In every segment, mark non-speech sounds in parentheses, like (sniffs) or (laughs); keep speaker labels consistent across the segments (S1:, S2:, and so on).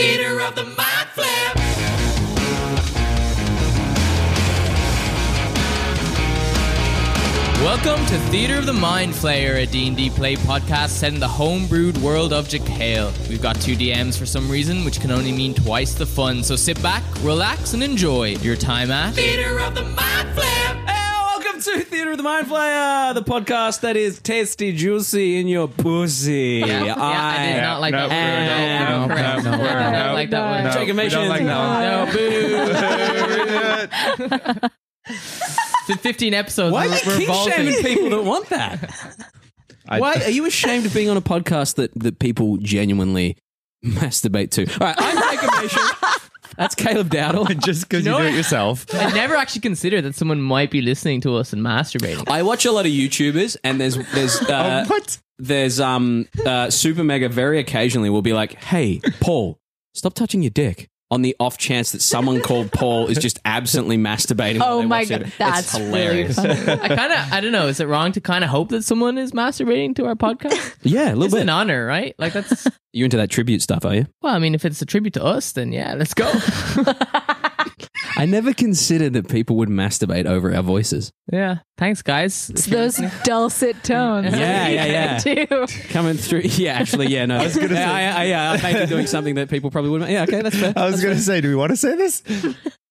S1: of the Mind Flip. Welcome to Theater of the Mind Flayer, a D&D play podcast set in the homebrewed world of Jekyll. We've got two DMs for some reason, which can only mean twice the fun. So sit back, relax, and enjoy your time at Theater of the Mind Flip.
S2: Hey, welcome to Theatre of the Mind Flayer, the podcast that is tasty, juicy in your pussy.
S1: Yeah, I did not like
S3: no,
S1: that.
S2: no,
S1: one.
S3: no, no,
S1: Correct.
S3: no,
S1: I don't
S3: no,
S1: like that one.
S3: no.
S2: Jacob
S3: we
S2: Mason.
S3: don't like that
S1: No, boo.
S3: one.
S1: It's been 15 episodes.
S2: Why are
S1: We're-
S2: you
S1: we're
S2: king
S1: revolting.
S2: shaming people
S1: (laughs)
S2: that want that?
S3: I-
S2: Why are you ashamed of being on a podcast that, that people genuinely masturbate to? All right, I'm Jacob Mason. That's Caleb
S1: (laughs)
S2: Dowdle.
S3: Just because you,
S1: know
S3: do
S1: what?
S3: it yourself.
S1: I never actually considered that someone might be listening to us and masturbating.
S2: I watch a lot of YouTubers, and there's
S1: (laughs)
S2: there's
S1: Oh,
S2: uh,
S3: what?
S2: there's um uh, super mega very occasionally will be like, "Hey, Paul, stop touching your dick." On the off chance that someone called Paul is just absently masturbating. while
S4: Oh
S2: they
S4: my
S2: watch it.
S4: God,
S2: It's
S4: that's really
S2: hilarious.
S4: funny.
S1: I kind of, I don't know. Is it wrong to kind of hope that someone is masturbating to our podcast?
S2: yeah, a little
S1: It's
S2: bit.
S1: an honor, right? Like that's.
S2: you into that tribute stuff, are you?
S1: Well, I mean, if it's a tribute to us, then yeah, let's (laughs) go.
S2: I never considered that people would masturbate over our voices.
S1: yeah, thanks, guys.
S4: It's those dulcet tones.
S2: Yeah, yeah,
S5: (laughs)
S2: yeah.
S4: Too.
S2: Coming through, (laughs) yeah, actually, yeah, no, I was gonna say, I, I, yeah, I may be doing something that people probably wouldn't. Yeah, okay, that's fair.
S3: I was going to say, do we want to say
S1: (laughs)
S3: this?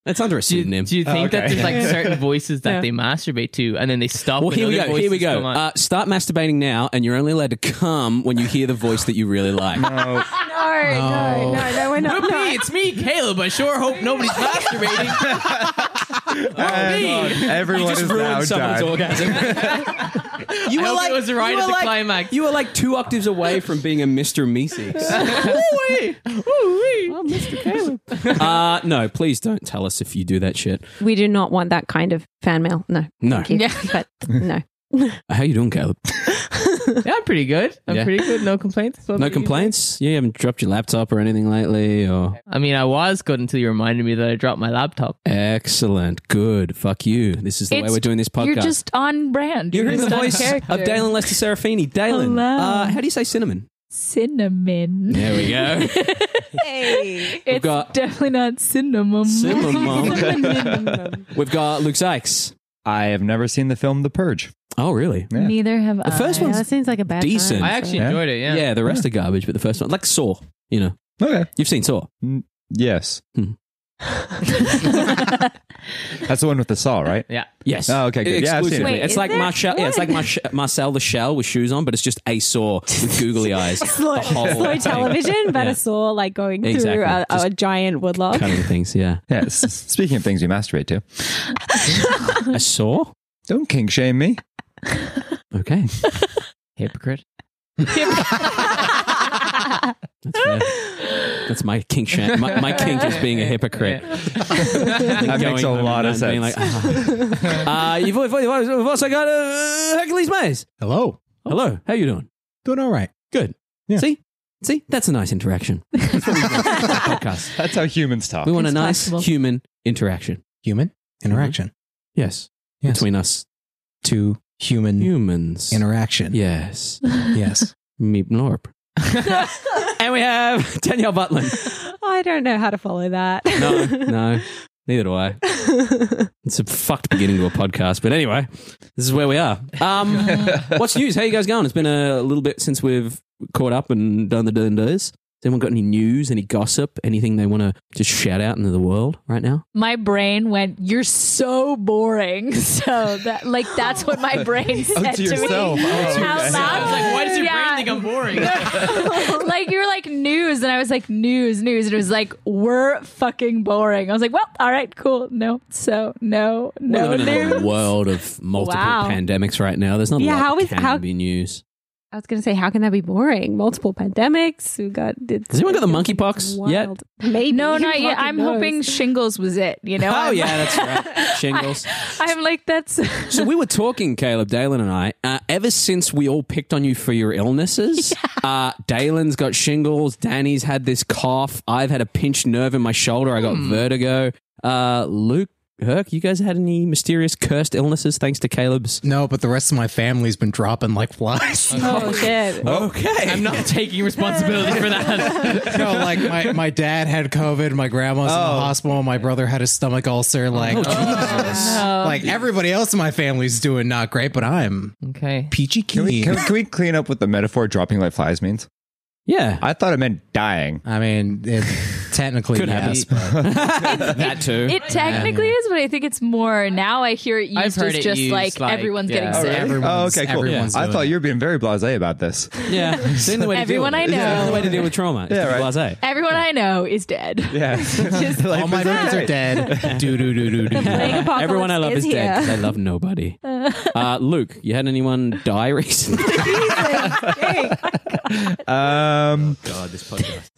S2: That's under a
S1: Do you,
S2: pseudonym.
S1: do you think that
S3: okay.
S1: there's like (laughs)
S3: Yeah.
S1: certain voices that
S2: Yeah.
S1: they masturbate to, and then they stop?
S2: Well,
S1: when
S2: here we
S1: other
S2: go. Here we
S1: voices
S2: go.
S1: come on? (laughs)
S2: Uh, start masturbating now, and you're only allowed to come when you hear the voice that you really like.
S3: No.
S4: No, no, no, no, we're not.
S1: Whoopee, it's me, Caleb. I sure hope nobody's (laughs) masturbating.
S3: And
S1: me.
S3: (laughs) everyone is now done. (laughs)
S2: orgasm. you were
S1: hope
S2: like,
S1: it was right
S2: you were
S1: at the
S2: like-
S1: climax. (laughs)
S2: You were like two octaves away from being a Mr. Meeseeks.
S1: Ooh-wee. Ooh-wee.
S5: Oh,
S2: uh, no, please don't tell us if you do that shit.
S4: We do not want that kind of fan mail. No.
S2: No. Uh,
S4: Thank you.
S5: (laughs)
S4: But no.
S2: How you doing, Caleb?
S1: Yeah, I'm pretty good. I'm
S2: Yeah.
S1: pretty good. No complaints. What
S2: No
S1: about you?
S2: complaints? Yeah, you haven't dropped your laptop or anything lately, or
S1: I mean, I was good until you reminded me that I dropped my laptop.
S2: excellent, good. Fuck you. This is the way
S4: It's-
S2: we're doing this podcast.
S4: You're just on brand.
S2: You're in
S4: just
S2: the
S4: on
S2: voice
S4: character.
S2: of Dalen Lester Serafini. Dalen,
S4: Hello.
S2: uh, how do you say cinnamon?
S4: Cinnamon.
S2: There we go.
S4: (laughs) It's
S2: got-
S4: definitely not cinnamon. (laughs)
S2: Cinnamon. We've got Luke Sykes.
S3: I have never seen the film The Purge.
S2: Oh, really?
S3: Yeah.
S5: Neither have I.
S2: The first one's
S5: that seems like a bad
S2: decent.
S1: I
S5: Time.
S1: actually
S3: Yeah.
S1: enjoyed it.
S2: Yeah,
S1: Yeah.
S2: the rest are garbage, but the first one, like Saw, you know,
S3: Okay.
S2: you've seen Saw.
S3: Yes.
S1: (laughs)
S2: Hmm.
S3: That's the one with the saw, right?
S1: Yeah.
S2: Yes.
S3: Oh, okay, good. Yeah, I've seen it.
S2: Exclusively.
S5: Wait,
S2: it's
S5: is
S2: like
S5: there?
S2: Marshall. Yeah, it's like Marsh- Marcel the Shell with shoes on, but it's just a saw with
S5: (laughs)
S2: googly eyes.
S5: Slow,
S2: The whole
S5: slow
S2: thing.
S5: television, but (laughs)
S2: Yeah.
S5: I saw like going through
S2: Exactly.
S5: a, a
S2: Just-
S5: giant woodlock.
S2: Cutting things. Yeah.
S3: (laughs) Yes. Speaking of things you masturbate to,
S2: A saw.
S3: don't kink shame me.
S2: Okay.
S1: Hypocrite.
S2: That's fair. That's my kink. Shan- my, my kink is being a
S5: (laughs)
S2: hypocrite.
S3: That
S2: Going
S3: makes a
S2: home at
S3: lot of
S2: night
S3: sense.
S2: and being like, ah. uh, you've, you've, you've also got uh, Hercules Mays.
S6: Hello.
S2: Hello. How you doing?
S6: Doing all right.
S2: Good.
S6: Yeah.
S2: See. See, that's a nice interaction. That's what we want. Podcast.
S3: That's how humans talk.
S2: We want a
S5: It's
S2: nice
S5: flexible.
S2: human interaction.
S6: Human interaction.
S2: Yes.
S6: Yes.
S2: Between us
S6: To human
S2: humans.
S6: interaction.
S2: yes.
S6: (laughs) Yes.
S2: Meep
S5: (laughs)
S2: Norp. and we have (laughs) Danielle Butland.
S5: (laughs) I don't know how to follow that.
S2: No,
S5: (laughs)
S2: no. Neither do I. It's a fucked beginning to a podcast, but anyway, this is where we are. (laughs) Um, what's news? How you guys going? It's been a little bit since we've caught up and done the doing does. Has anyone got any news, any gossip, anything they want to just shout out into the world right now?
S4: my brain went, You're so boring. (laughs) So that like that's what my brain said
S3: to
S4: me.
S3: yourself. Oh, to
S4: Out
S3: yourself.
S1: I was
S4: loud.
S1: like, why does your
S4: Yeah.
S1: brain think I'm boring?
S4: (laughs) like you were like news, and I was like news, news, and it was like we're fucking boring. I was like, well, all right, cool, no, so no, no
S2: We're living in
S4: news.
S2: a world of multiple
S4: Wow.
S2: pandemics right now. There's not a
S5: Yeah,
S2: lot
S5: how
S2: that
S5: is-
S2: can
S5: how-
S2: be news.
S5: I was going to say, how can that be boring? Multiple pandemics. We got. It's,
S2: Has anyone got the monkeypox yet?
S5: wild. Maybe.
S4: No,
S5: Who
S4: not yet.
S5: fucking
S4: I'm
S5: knows?
S4: hoping shingles was it. You know?
S2: Oh
S4: I'm-
S2: yeah, that's
S5: (laughs)
S2: right. Shingles.
S4: (laughs) I'm like that's
S2: So we were talking, Caleb, Dalen, and I. Uh, ever since we all picked on you for your illnesses, uh, Dalen's got shingles. Danny's had this cough. I've had a pinched nerve in my shoulder. I got vertigo. Uh, Luke Herc, you guys had any mysterious cursed illnesses thanks to Caleb's?
S6: No, but the rest of my family's been dropping like
S3: (laughs)
S6: flies.
S5: (laughs) Oh shit!
S2: Okay.
S1: I'm not taking responsibility for that.
S6: no, like my, my dad had COVID, my grandma's in
S3: Oh.
S6: the hospital, my brother had a stomach ulcer. Like, (laughs) like everybody else in my family's doing not great, but I'm
S1: (laughs) okay.
S6: peachy
S3: Can we, can,
S6: keen. (laughs)
S3: we- can we clean up what the metaphor dropping like flies means?
S2: Yeah.
S3: I thought it meant dying.
S6: I mean, it, technically,
S2: Could
S6: yes,
S2: happen.
S6: but
S1: That too.
S4: It technically is, but I think it's more now. I hear it used
S1: I've heard
S4: as
S1: it
S4: just
S1: used,
S4: like,
S1: like,
S4: everyone's
S1: yeah.
S4: getting
S1: Oh,
S4: sick.
S1: really?
S3: Oh,
S6: everyone's-
S3: okay, cool.
S6: everyone's
S3: I
S6: doing
S3: thought
S6: it.
S3: you were being very blasé about
S6: (laughs)
S3: this.
S2: (laughs) Yeah. It's the only way to
S4: Everyone
S2: deal
S4: I
S2: with it. It's the
S4: know.
S2: only way to deal with trauma. Yeah,
S3: right.
S2: Blase.
S4: Everyone I know is dead.
S3: (laughs) Yeah,
S6: all my friends are dead. do do do (laughs) do do.
S5: Plague apocalypse
S2: Everyone I love is, dead
S5: here.
S2: 'cause I love nobody. Uh, Luke, you had anyone die (laughs) recently?
S3: Um, (laughs)
S2: God, this podcast.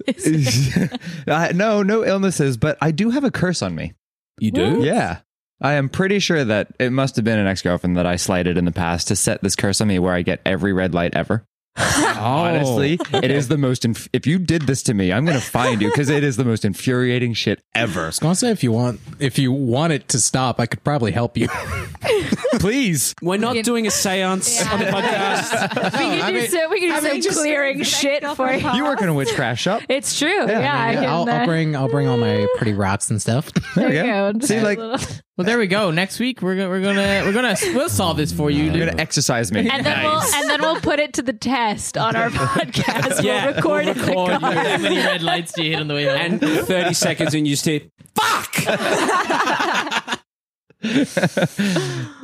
S3: I- no, no illnesses, but I do have a curse on me.
S2: You do?
S3: Yeah. I am pretty sure that it must have been an ex girlfriend that I slighted in the past to set this curse on me where I get every red light
S6: (laughs)
S3: ever.
S6: Oh.
S3: Honestly, it is the most. Inf- if you did this to me, I'm going to find you because it is the most infuriating shit ever.
S6: I was gonna say if you want if you want it to stop, I could probably help you. (laughs) Please.
S2: We're not doing a seance on the podcast.
S4: we can do
S6: Oh, I mean-
S4: some, we can do
S6: I mean,
S4: some
S6: just-
S4: clearing shit for you.
S3: You work in a witchcraft shop.
S6: (laughs)
S4: It's true. Yeah, I can.
S6: I'll,
S4: uh,
S6: I'll bring I'll bring all my pretty rocks and stuff. (laughs)
S4: there
S3: Yeah.
S4: you go. Just
S3: See,
S4: a
S3: like-
S4: little-
S1: Well, there we go. Next week we're gonna we're gonna we're gonna we'll solve this for you.
S3: You're
S1: dude.
S3: going to exercise me.
S4: and then we'll and then we'll put it to the test on our podcast.
S2: Yeah,
S4: we'll record
S2: we'll
S4: it. in the
S2: record
S4: car.
S2: you.
S1: How many red lights do you hit on the way home?
S3: (laughs)
S2: And 30 seconds and you say, fuck!
S3: (laughs)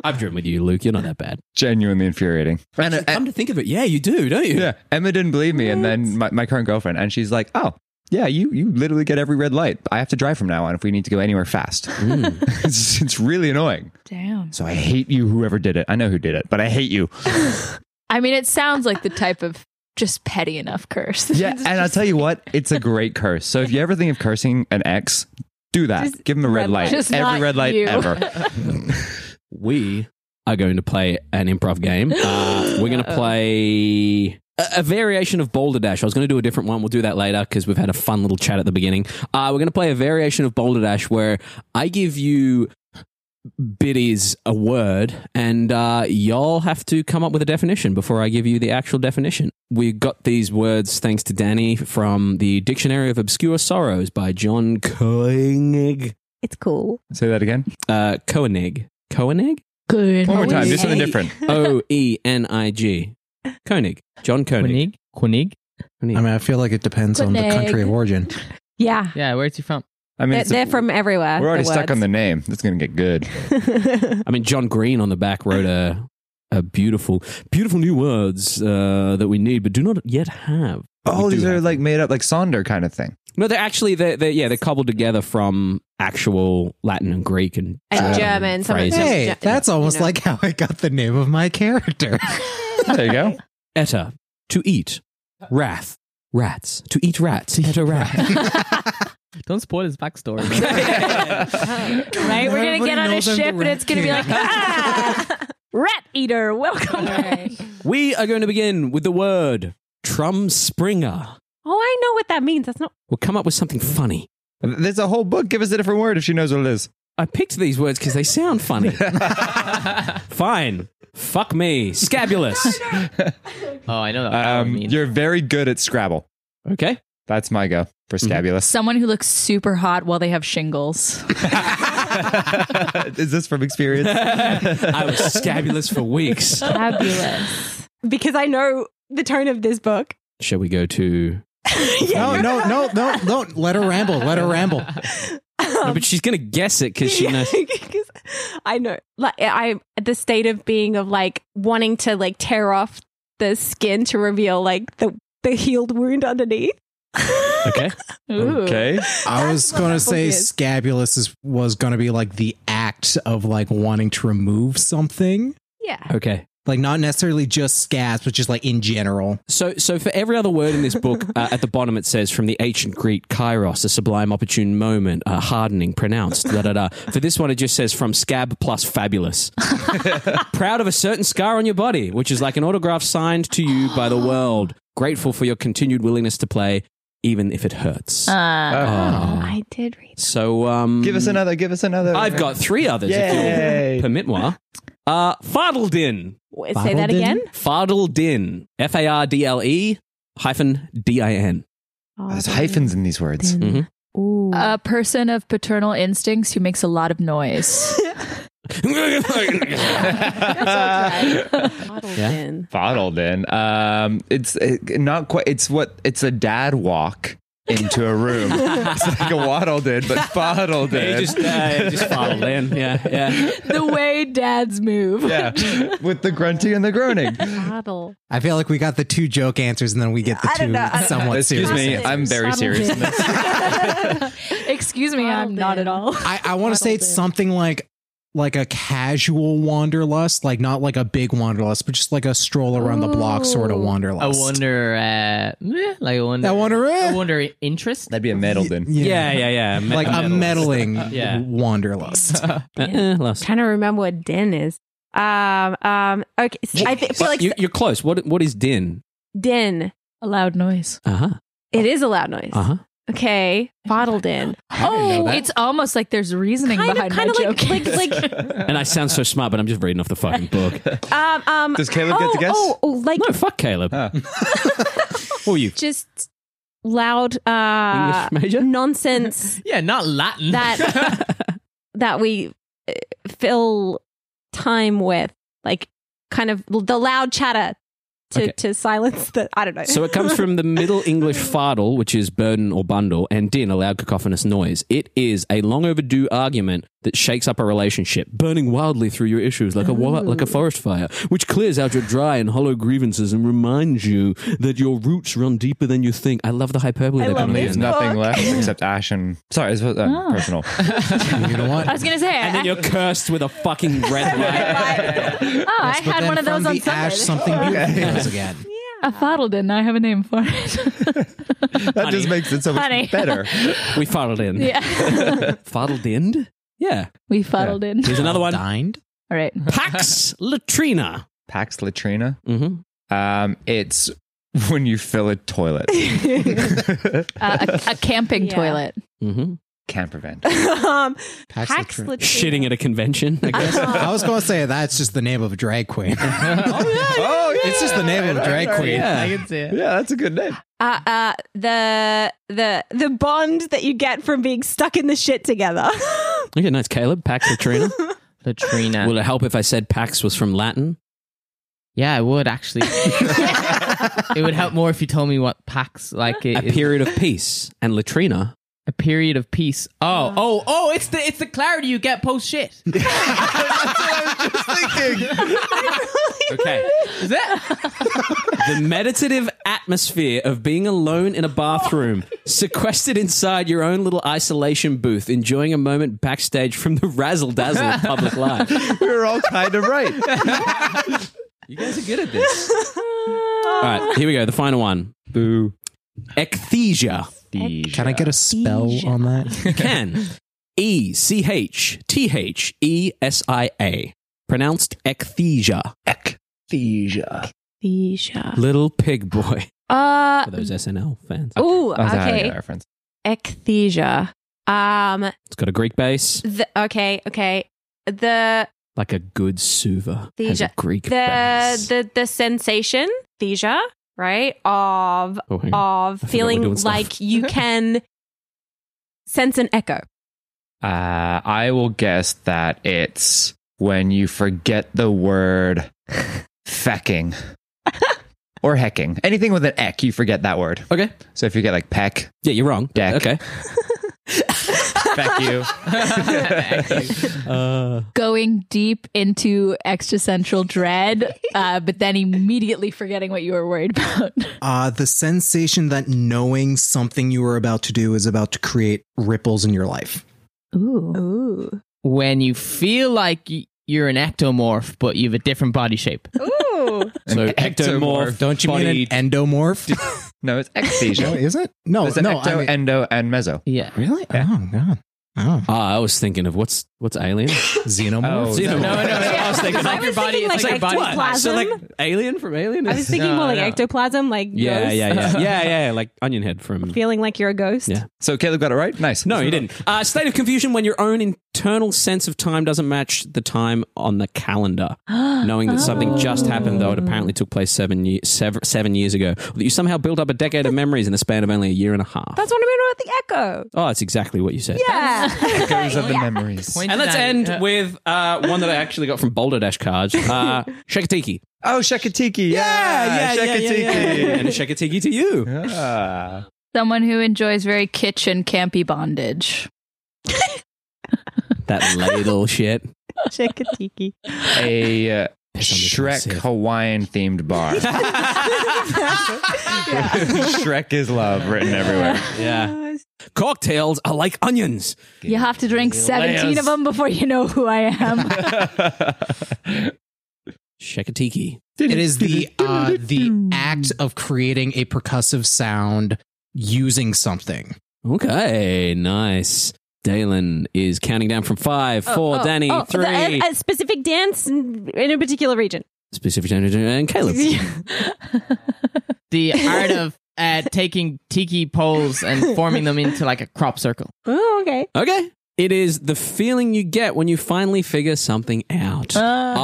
S2: I've driven with you, Luke. You're not that bad.
S3: Genuinely infuriating. And, uh,
S2: Come to think of it, yeah, you do, don't you?
S3: yeah, Emma didn't believe me, and then my, my current girlfriend, and she's like, "Oh, yeah, you you literally get every red light. I have to drive from now on if we need to go anywhere fast. (laughs) it's, it's really annoying.
S4: Damn.
S3: So I hate you, whoever did it. I know who did it, but I hate
S5: (laughs)
S3: you.
S4: I mean, it sounds like the type of just petty enough curse.
S3: Yeah,
S4: It's
S3: and uh, I'll
S4: (laughs) just-
S3: tell you what, it's a great curse. So if you ever think of cursing an ex, do that.
S5: Just
S3: Give him a red,
S5: red
S3: light.
S5: light.
S4: Just
S3: Every
S4: not
S3: red light
S5: (laughs)
S4: you.
S3: ever.
S2: We are going to play an improv game. Uh, we're going to play a, a variation of Boulder Dash. I was going to do a different one. We'll do that later because we've had a fun little chat at the beginning. Uh, we're going to play a variation of Boulder Dash where I give you biddies a word and uh, y'all have to come up with a definition before I give you the actual definition. We got these words thanks to Danny from the Dictionary of Obscure Sorrows by John Koenig.
S5: It's cool.
S3: Say that again.
S2: Uh, Koenig. Koenig?
S4: good.
S3: One more time. Do
S5: Just-
S3: something different.
S2: O E N I G. Koenig. John Koenig.
S1: Quenig? Quenig?
S6: I mean, I feel like it depends on the country of origin.
S5: Yeah,
S1: Yeah, where's he from?
S3: I mean,
S5: they're,
S3: it's a-
S5: they're from everywhere.
S3: we're already stuck on the name. It's going to get good.
S4: (laughs)
S5: the.
S2: I mean, John Green on the back wrote a, a beautiful, beautiful new words uh, that we need, but do not yet have. But we
S3: Oh,
S2: do
S3: these are
S2: have.
S3: like made up, like Sonder kind of thing.
S2: No, they're actually, they're, they're, yeah, they're cobbled together from actual Latin and Greek and,
S5: And German, some of
S2: phrases.
S5: them.
S6: Hey,
S5: Yeah,
S6: that's
S5: you
S6: almost
S5: know.
S6: like how I got the name of my character. (laughs)
S3: There you
S5: (laughs)
S3: go.
S2: Etta, to eat. Wrath, rats. To eat rats. Etta
S3: (laughs)
S2: rat.
S1: Don't spoil his
S5: (laughs)
S1: backstory.
S4: Right? We're gonna
S6: Everybody
S4: get on a
S6: knows I'm the
S4: ship and
S6: rat
S4: it's gonna be
S6: king.
S4: like
S5: (laughs)
S4: ah, rat eater. Welcome. back."
S2: we are going to begin with the word Trum Springer.
S5: Oh, I know what that means. That's not.
S2: We'll come up with something funny.
S3: There's a whole book. Give us a different word if she knows what it is.
S2: I picked these words because they sound funny. Fine. Fuck me. Scabulous.
S1: oh, I know that. I
S3: Um,
S1: mean.
S3: you're very good at Scrabble.
S2: Okay.
S3: That's my go for Scabulous.
S4: Someone who looks super hot while they have shingles.
S3: (laughs) is this from experience?
S2: I was scabulous for weeks.
S4: Fabulous.
S5: (laughs) Because I know the tone of this book.
S2: Shall we go to.
S6: no, no, no, no, don't let her ramble. Let her ramble.
S2: No, but she's going to guess it because
S5: (laughs)
S2: she knows.
S5: 'Cause I know, like, I the state of being of like wanting to like tear off the skin to reveal like the the healed wound
S4: (laughs)
S5: underneath.
S2: Okay.
S4: Ooh.
S3: okay.
S6: I
S5: That's
S6: was
S5: what
S6: gonna
S5: that
S6: say
S5: book is.
S6: scabulous is, was gonna be like the act of like wanting to remove something,
S5: Yeah.
S2: Okay.
S6: like not necessarily just scabs, but just like in general.
S2: So, so for every other word in this book, uh, at the bottom it says from the ancient Greek kairos, a sublime opportune moment, uh, hardening, pronounced, da da da. For this one, it just says from scab plus fabulous. Proud of a certain scar on your body, which is like an autograph signed to you by the world. Grateful for your continued willingness to play. even if it hurts.
S4: Uh,
S2: Ah.
S4: oh,
S5: I did read.
S2: so um,
S3: Give us another. Give us another.
S2: I've got three others.
S3: Yay.
S2: If you'll permit moi. Uh, Fardledin.
S5: Wait, say that
S6: Fardledin?
S5: again.
S2: Fardledin. F A R D L E hyphen D I N.
S3: Oh, There's hyphens in these words.
S5: Fardledin.
S2: Mm-hmm.
S5: Ooh.
S4: A person of paternal instincts who makes a lot of noise.
S2: (laughs)
S5: Fardledin.
S3: Bottled in. Um, it's uh, not quite. It's what. It's a dad walk into a room. it's like a waddle did, but bottled in.
S2: just, uh, just Fardledin. Yeah, yeah.
S4: the way dads
S3: (laughs)
S4: move.
S3: yeah, with the grunting and the groaning.
S5: Fardle.
S6: I feel like we got the two joke answers and then we get the
S5: I don't
S6: two
S5: know, I don't know.
S6: somewhat
S3: Excuse
S6: serious.
S3: me,
S5: serious.
S3: I'm very
S5: Bottled
S3: serious.
S5: in.
S3: in this.
S4: (laughs) Excuse me, I'm not at all.
S6: I, I want to say it's
S5: Waddle did.
S6: something like like a casual wanderlust, like not like a big wanderlust, but just like a stroll around the block sort of
S5: Ooh.
S1: I
S6: wanderlust.
S1: wonder, uh, meh, like I wonder,
S6: I wonder, eh.
S1: I wonder interest.
S3: That'd be a meddled
S6: (laughs)
S3: in.
S2: Yeah, yeah, yeah. Me-
S6: like a meddling
S2: (laughs)
S1: Yeah.
S6: wanderlust.
S2: Uh, uh, last.
S5: Trying to remember what din is. Um. Um. Okay. so I th- feel like
S2: you, you're close. What What is din?
S5: din.
S4: A loud noise.
S2: Uh
S6: Uh-huh,
S2: huh.
S5: It is a loud noise.
S2: Uh huh.
S5: Okay. Bottled in.
S4: Oh, it's almost like there's reasoning
S5: Kind of.
S4: behind
S5: Kind of
S4: my
S5: like.
S4: joke.
S5: Like. Like.
S2: And I sound so smart, but I'm just reading off the fucking book.
S5: Um. Um.
S3: Does Caleb get
S5: oh,
S3: to guess?
S5: Oh. oh, Like.
S2: No, fuck Caleb.
S3: (laughs) Huh.
S2: Or you
S5: Just loud. Uh.
S2: English major.
S1: (laughs)
S5: Nonsense.
S1: Yeah, not Latin.
S5: that
S1: (laughs)
S5: that we uh, fill time with like kind of l- the loud chatter to,
S2: Okay.
S5: to silence the i don't know
S2: So it
S5: (laughs)
S2: comes from the Middle English fardel, which is burden or bundle, and din, a loud cacophonous noise. It is a long overdue argument that shakes up a relationship, burning wildly through your issues like a wa- like a forest fire, which clears out your dry and hollow grievances and reminds you that your roots run deeper than you think. I love the hyperbole.
S5: I
S2: they
S5: love
S2: put
S3: And
S2: in.
S3: leaves
S5: this book.
S3: nothing left (laughs) except ash and. Sorry, it's uh, (laughs) personal.
S6: you know what?
S4: I was gonna say,
S2: And then
S4: I,
S2: you're cursed with a fucking red (laughs) light.
S5: uh,
S4: oh, I
S6: But
S4: had
S6: then
S4: one of
S6: from
S4: those on
S6: the ash,
S4: Sunday.
S6: something beautiful again.
S4: A faddle didn't. I have a name for it. (laughs)
S3: That just makes it so much (laughs)
S4: Honey.
S3: better.
S2: We fuddled in.
S4: yeah,
S2: Fuddled in? Yeah.
S4: we faddled in.
S2: (laughs) Here's another one.
S6: Dined?
S4: All right.
S2: Pax Latrina.
S3: Pax latrina.
S2: Mm-hmm.
S3: Um, it's when you fill a (laughs) toilet.
S4: Uh, a, a camping
S5: Yeah.
S4: toilet.
S2: Mm-hmm.
S3: Can't prevent.
S5: um
S6: Pax
S5: Pax
S6: Latrina.
S5: Latrina.
S2: Shitting at a convention, I guess.
S6: I was going to say that's just the name of a drag queen.
S3: (laughs)
S6: (laughs)
S3: oh yeah,
S6: It's just the name of a drag queen.
S2: Yeah.
S1: can see it.
S3: Yeah, that's a good name.
S5: uh, uh the the the bond that you get from being stuck in the shit together (laughs)
S2: Okay, nice. Caleb, Pax Latrina.
S1: Latrina.
S2: Will it help if I said Pax was from Latin?
S1: yeah, it would actually. it would help more if you told me what Pax like. It,
S2: A period of peace and latrina.
S1: a period of peace. Oh,
S5: Uh.
S1: oh, oh! It's the it's the clarity you get post shit.
S2: Okay.
S1: Is it?
S2: (laughs) the meditative atmosphere of being alone in a bathroom, sequestered inside your own little isolation booth, enjoying a moment backstage from the razzle dazzle of public life.
S3: We were all kind of right. (laughs)
S2: You guys are good at this. All right, here we go. The final one.
S3: Boo.
S2: Ecthesia.
S6: Can I get a spell on that?
S2: You can. E C H T H E S I A. Pronounced ecthesia.
S3: Ecthesia.
S5: Ecthesia.
S2: Little pig boy.
S5: uh
S2: For those SNL fans.
S5: oh
S3: That's how I got
S5: okay
S3: our friends.
S5: ecthesia um
S2: It's got a Greek base,
S5: the okay okay the
S2: like a good suva. Has a
S5: Thesia.
S2: Greek
S5: the
S2: base.
S5: the the sensation thesia right of
S2: oh, hang on.
S5: of
S2: we're
S5: feeling
S2: doing stuff. (laughs)
S5: like you can sense an echo.
S3: Uh, I will guess that it's when you forget the word fecking or hecking. Anything with an eck, you forget that word.
S2: Okay.
S3: So if you get like peck,
S2: Yeah, you're wrong.
S3: Deck.
S2: Okay.
S3: feck you. (laughs)
S2: Uh,
S4: Going deep into
S1: (laughs)
S4: existential dread, uh, but then immediately forgetting what you were worried about.
S6: Uh, the sensation that knowing something you are about to do is about to create ripples in your life.
S4: Ooh.
S5: Ooh.
S1: When you feel like y- you're an ectomorph, but you have a different body shape.
S2: (laughs)
S5: Ooh.
S2: so
S3: An
S2: ectomorph.
S3: ectomorph.
S6: Don't you mean
S2: body-
S6: an endomorph?
S3: No, it's
S6: (laughs) no,
S3: ecthesia.
S6: is it? No,
S3: There's an
S6: no.
S3: ecto,
S6: I mean-
S3: endo, and meso.
S1: (laughs) Yeah.
S6: really? Oh god. Oh.
S2: Ah, I was thinking of what's What's alien?
S6: Xenomorph.
S3: Oh,
S2: Xenomorph.
S1: No, no, no. I was thinking
S5: I
S1: like your
S5: was
S1: body.
S5: thinking,
S1: It's
S5: like,
S1: like body.
S5: ectoplasm.
S2: So like alien from Alien?
S5: I was thinking more like
S1: no.
S5: ectoplasm, like
S2: yeah,
S5: ghosts,
S2: yeah,
S5: (laughs)
S2: yeah, yeah, yeah, yeah. Like onion head from.
S5: feeling like you're a ghost.
S2: Mm. Yeah.
S3: So Caleb got it right. Nice.
S2: No, you didn't. Uh, state of confusion when your own internal sense of time doesn't match the time on the
S5: (gasps)
S2: calendar. Knowing that something just happened, though it
S5: Oh.
S2: apparently took place seven, ye- sev- seven years ago, or that you somehow built up a decade of memories in the span of only a year and a half.
S5: That's what I mean about
S2: oh, that's exactly what you said.
S5: the echo. Yeah.
S3: Echoes
S5: (laughs)
S3: of the memories.
S1: Point
S2: And let's
S1: that-
S2: end
S1: Yeah.
S2: with uh, one that I actually got from Boulder Dash cards.
S3: (laughs)
S2: Uh, Shakatiki.
S3: Oh, Shakatiki. Yeah,
S2: And a Shakatiki to you.
S3: Ah.
S4: Someone who enjoys very kitchen campy bondage.
S2: That ladle
S3: (laughs)
S2: shit.
S5: Shikatiki.
S3: A uh,
S2: That's something
S3: Shrek
S2: to say.
S3: Hawaiian themed bar. (laughs) Shrek is love written
S4: (laughs)
S3: everywhere.
S2: Yeah.
S5: (laughs)
S2: Cocktails are like onions.
S4: You have to drink 17 of them before you know who I
S1: (laughs)
S4: am.
S2: Shakatiki.
S6: It is the uh, the act of creating a percussive sound using something.
S2: Okay, nice. Dalen is counting down from five,
S5: Oh,
S2: four. Danny, three.
S5: a, a specific dance in, in a particular region.
S2: Specific gender and Caleb.
S1: the art of uh, taking tiki poles and forming them into like a crop circle.
S5: (laughs) Oh, okay.
S2: Okay. It is the feeling you get when you finally figure something out. Ah.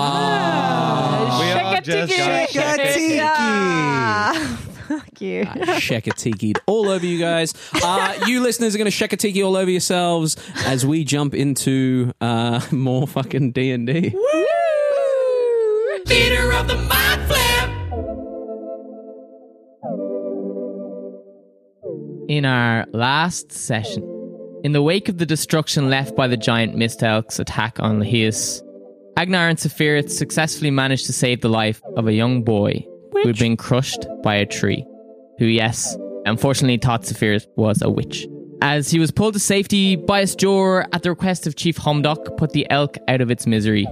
S3: We all just got
S5: Ah, fuck you.
S2: Shakatikied Uh, all over you guys. Uh, you listeners are going to shakatiki all over yourselves as we jump into uh, more fucking D and D.
S1: Theater of the mind flip. In our last session, in the wake of the destruction left by the giant Mist Elk's attack on Lahias, Agnar and Sephiroth successfully managed to save the life of a young boy who had been crushed by a tree. Who, yes, unfortunately thought Sephiroth was a witch. As he was pulled to safety, Bias Jor, at the request of Chief Humdok, put the elk out of its misery.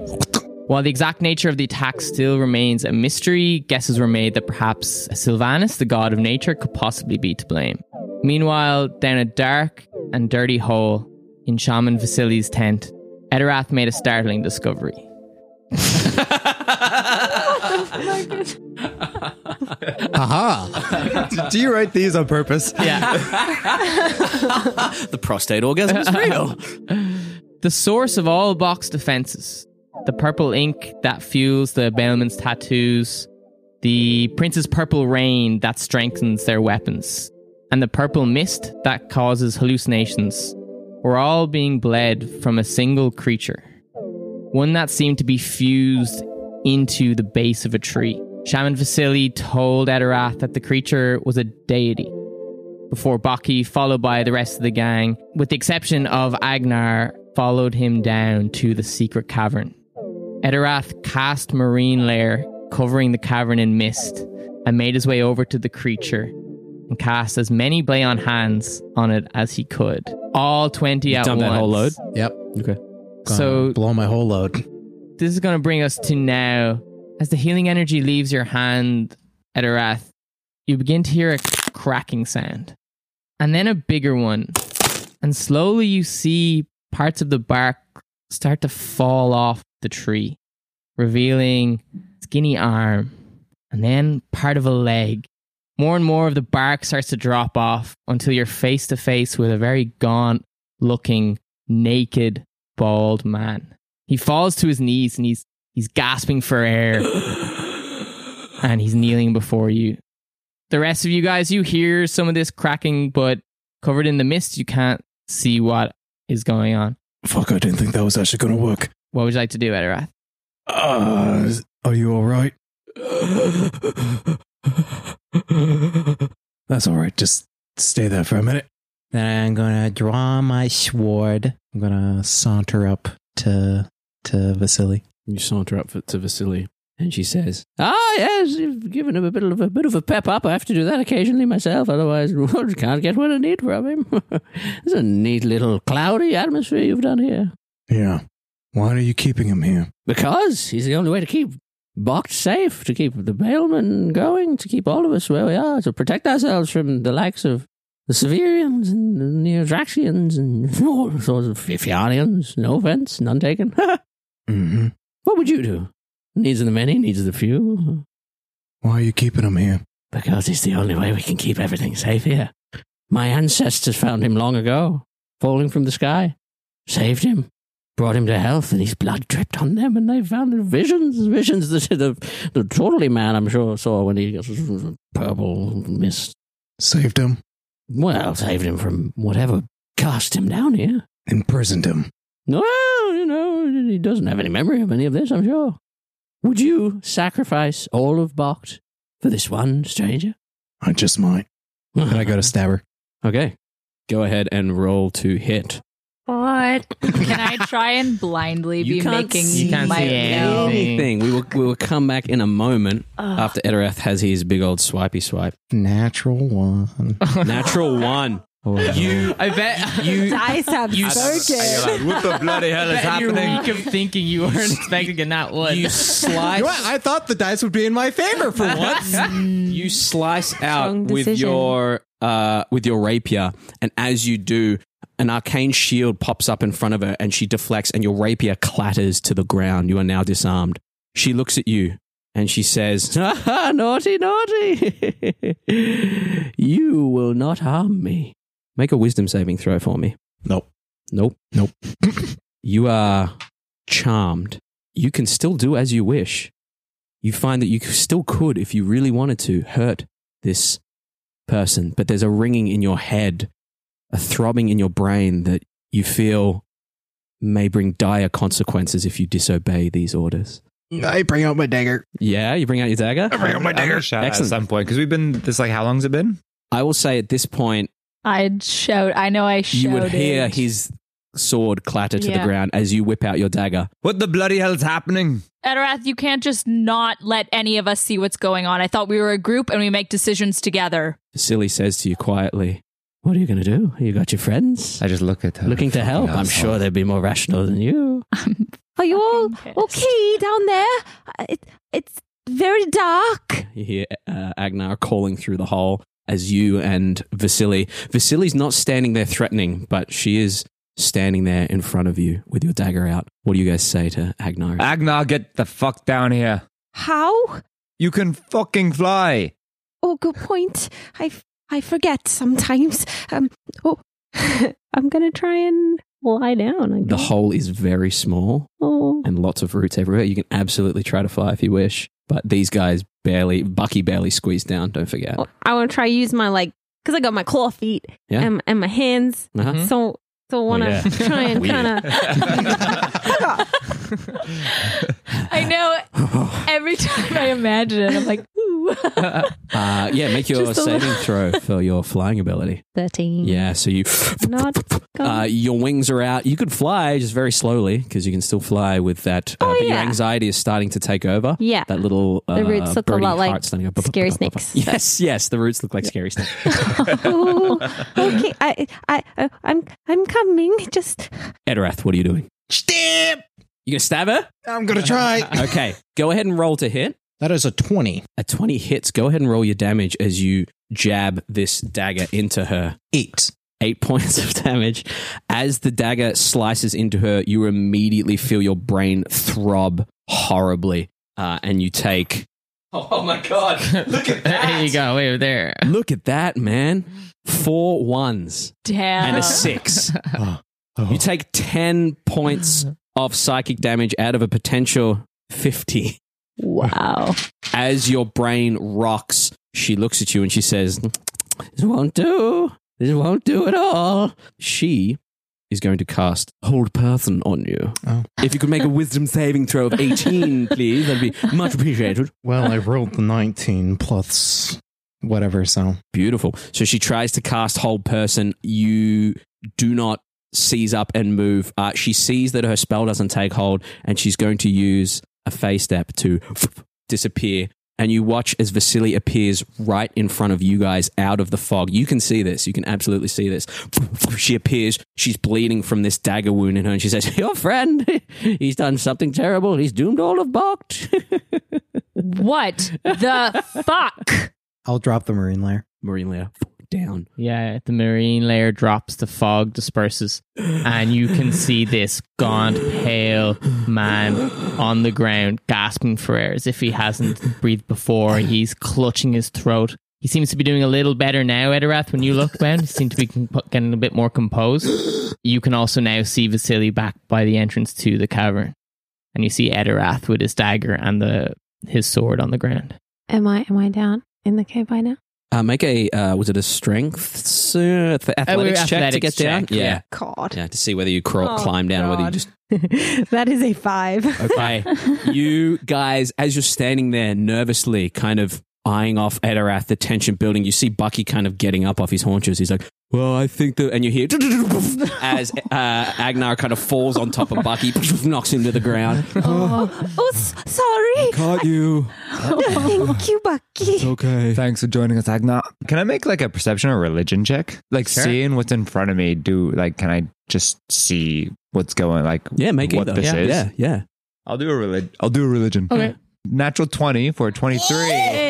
S1: While the exact nature of the attack still remains a mystery, guesses were made that perhaps Sylvanus, the god of nature, could possibly be to blame. Meanwhile, down a dark and dirty hole in Shaman Vasili's tent, Edorath made a startling discovery.
S6: Aha!
S3: Do you write these on purpose?
S1: Yeah.
S2: (laughs) The prostate orgasm is (laughs) real.
S1: the source of all box defenses. The purple ink that fuels the bailment's tattoos. The prince's purple rain that strengthens their weapons. And the purple mist that causes hallucinations were all being bled from a single creature. One that seemed to be fused into the base of a tree. Shaman Vasili told Edorath that the creature was a deity before Baki, followed by the rest of the gang, with the exception of Agnar, followed him down to the secret cavern. Edorath cast marine layer, covering the cavern in mist, and made his way over to the creature and cast as many Blayon hands on it as he could. All 20 at
S2: dump
S1: once.
S2: that whole load?
S6: Yep.
S2: Okay.
S6: Gonna
S1: So-
S6: blow my whole load.
S1: this is going to bring us to now. As the healing energy leaves your hand, Edorath, you begin to hear a cracking sound, and then a bigger one. And slowly you see parts of the bark start to fall off the tree, revealing skinny arm, and then part of a leg. More and more of the bark starts to drop off until you're face to face with a very gaunt looking, naked, bald man. He falls to his knees and he's he's gasping for air. and he's kneeling before you. The rest of you guys, you hear some of this cracking, but covered in the mist, you can't see what is going on.
S6: Fuck! I didn't think that was actually gonna work.
S1: What would you like to do, Edorath?
S6: Uh, are you
S2: (laughs)
S6: all right? That's all right. Just stay there for a minute. Then I'm gonna draw my sword. I'm gonna saunter up to to Vasily.
S2: You saunter up for, to Vasily, and she says, "Ah, yes, you've given him a bit of a bit of a pep up. I have to do that occasionally myself, otherwise, (laughs) I can't get what I need from him. (laughs) it's a neat little cloudy atmosphere you've done here.
S6: Yeah. Why are you keeping him here?
S2: Because he's the only way to keep Bocked safe, to keep the bailmen going, to keep all of us where we are, to protect ourselves from the likes of
S7: the Severians and the Neodraxians
S2: (laughs)
S7: and all sorts of Fifianians. No offense, none
S2: (laughs)
S7: taken.
S6: Mm-hmm.
S7: what would you do? Needs of the many, needs of the few.
S6: Why are you keeping him here?
S7: Because it's the only way we can keep everything safe here. My ancestors found him long ago, falling from the sky, saved him, brought him to health, and his blood dripped on them, and they found visions, visions that the, the totally man, I'm sure, saw when he purple mist.
S6: Saved him,
S7: Well, saved him from whatever cast him down here.
S6: imprisoned him.
S7: Well, you know, he doesn't have any memory of any of this, I'm sure. Would you sacrifice all of Bocht for this one stranger?
S6: I just might. Can I go to stab her?
S2: Okay. Go ahead and roll to hit.
S5: What?
S4: Can I try and blindly be making
S1: you can't
S4: my
S1: see
S4: no.
S1: anything.
S2: Anything. We will, we will come back in a moment
S5: Oh,
S2: after Edorath has his big old swipey swipe.
S6: Natural one.
S2: Natural one.
S6: Oh,
S2: You
S1: I bet (laughs)
S2: you
S5: Dice have
S1: You
S5: so
S1: s-
S5: good.
S3: uh, what the bloody hell (laughs)
S1: bet your week of thinking you weren't expecting and not
S2: (laughs)
S1: one.
S2: you slice
S6: thought the dice would be in my
S3: (laughs)
S6: favor for
S5: (laughs)
S6: once.
S2: you slice out
S5: Strong
S2: with
S5: decision.
S2: your uh, with your rapier, and as you do, an arcane shield pops up in front of her, and she deflects, and your rapier clatters to the ground. You are now disarmed. She looks at you, and she says, (laughs)
S7: Ah, naughty, naughty. you will not harm me.
S2: "Make a wisdom saving throw for me."
S6: Nope.
S2: Nope.
S6: Nope.
S2: you are charmed. You can still do as you wish. You find that you still could, if you really wanted to, hurt this person, but there's a ringing in your head, a throbbing in your brain that you feel may bring dire consequences if you disobey these orders.
S6: I bring out my dagger.
S2: Yeah, you bring out your dagger.
S3: I got my dagger shot
S2: Excellent.
S3: at some point because we've been this like how long's it been?
S2: I will say at this point,
S4: I'd shout. I know I shouted.
S2: you would hear his sword clatter to the
S5: Yeah.
S2: ground as you whip out your dagger.
S3: What the bloody hell's happening?
S4: Edorath, you can't just not let any of us see what's going on. I thought we were a group and we make decisions together.
S2: Vasily says to you quietly,
S7: What are you going to do? You got your friends?
S3: I just look at her.
S7: Looking to help. I'm sure they'd be more rational than you.
S5: Are you all
S4: Fucking pissed.
S5: okay down there? Uh, It, it's very dark.
S2: You hear uh, Agnar calling through the hole as you and Vasily. Vasily's not standing there threatening, but she is standing there in front of you with your dagger out. What do you guys say to Agnar?
S5: Uh,
S3: Agnar, get the fuck down here.
S5: How?
S3: You can fucking fly.
S5: Oh, good point. I, I forget sometimes. Um. Oh, (laughs) I'm gonna try and lie down. I
S2: the
S5: guess.
S2: hole is very small
S5: Oh.
S2: and lots of roots everywhere. You can absolutely try to fly if you wish, but these guys barely, Bucky barely squeezed down, don't forget.
S5: Well, oh, I want to try use my like because I got my claw feet
S2: Yeah.
S5: and and my hands.
S2: Uh-huh.
S5: So so want to
S2: yeah.
S5: try
S2: (laughs)
S5: and
S2: Weird.
S5: kind of (laughs)
S4: I know
S5: mm-hmm.
S4: every time I imagine it, I'm like, ooh.
S2: (laughs) Uh, yeah, make your
S5: Just a
S2: saving
S5: little- Mm.
S2: throw for your flying ability.
S5: (laughs) thirteen.
S2: Yeah, so you
S5: Not
S2: Uh,
S5: gone.
S2: your wings are out. You could fly just very slowly because you can still fly with that. Uh,
S5: Oh,
S2: but your
S5: yeah.
S2: anxiety is starting to take over.
S5: yeah. (laughs)
S2: That little uh,
S5: The roots look a
S2: birdie
S5: lot like
S2: heart starting to go- (laughs)
S5: scary snakes.
S2: Yes, yes, the roots look like scary snakes.
S5: Oh, okay. I I I- I'm I'm coming. Just
S2: Edorath, what are you doing?
S6: Stab!
S2: You gonna stab her?
S6: I'm gonna (laughs) try.
S2: Okay, go ahead and roll to hit.
S6: that is a twenty.
S2: A twenty hits. Go ahead and roll your damage as you jab this dagger into her.
S6: Eight.
S2: eight (laughs) points of damage. As the dagger slices into her, you immediately feel your brain throb horribly, uh, and you take. (laughs) Oh my god! Look (laughs) at
S1: (laughs) there you go, way over there.
S2: Look at that, man! Four ones
S4: damn.
S2: and a (laughs) six.
S6: Oh, oh.
S2: You take ten points (laughs) of psychic damage out of a potential fifty.
S4: wow.
S2: As your brain rocks, she looks at you and she says,
S7: This won't do. This won't do at all.
S2: "She is going to cast hold person on you."
S6: Oh.
S2: If you could make a wisdom saving throw of 18, please, that'd be much appreciated.
S6: well, I rolled the nineteen plus whatever. So
S2: Beautiful. So she tries to cast hold person. You do not seize up and move. Uh, she sees that her spell doesn't take hold and she's going to use a phase step to (laughs) disappear. And you watch as Vasily appears right in front of you guys out of the fog. You can see this. You can absolutely see this. (laughs) She appears. She's bleeding from this dagger wound in her and she says,
S7: Your
S2: (laughs)
S7: friend, he's done something terrible. He's doomed all of Bocht.
S4: What the fuck?
S6: I'll drop the marine layer.
S2: Marine Leia.
S8: it down.
S1: Yeah, the marine layer drops, the fog disperses, and you
S3: (gasps)
S1: can see this gaunt, pale man on the ground, gasping for air as if he hasn't breathed before. He's clutching his throat. He seems to be doing a little better now, Edirath, when you look around. He seems to be comp- getting a bit more composed. You can also now see Vasily back by the entrance to the cavern. And you see Edirath with his dagger and the his sword on the ground.
S5: Am I am I down in the cave by now?
S8: Uh, make a uh, was it a strength uh, athletics check to get
S1: Oh, athletics
S8: down?
S1: check,
S8: Yeah. yeah,
S1: yeah.
S5: God. (laughs)
S8: to see whether you crawl,
S5: Oh,
S8: climb down, or whether you
S5: God. (laughs)
S8: just
S5: that is a five.
S8: okay. you guys, as you're standing there nervously, kind of eyeing off Edirath, the tension building, you see Bucky kind of getting up off his haunches. He's like, well, I think that, and you hear (laughs) as uh, Agnar kind of falls on top of Bucky, (laughs) knocks him to the ground.
S3: (laughs)
S5: oh, oh, s- sorry.
S8: Caught you.
S5: Thank you, Bucky.
S8: Okay.
S3: Thanks for joining us, Agna. Can I make like a perception or religion check? Like
S1: Sure.
S3: seeing what's in front of me. Do like can I just see what's going? Like
S8: Yeah, make
S3: what
S8: it.
S3: this
S8: yeah,
S3: is.
S8: yeah, yeah.
S3: I'll do a religion. I'll do a religion.
S1: Okay.
S3: Natural twenty for twenty three.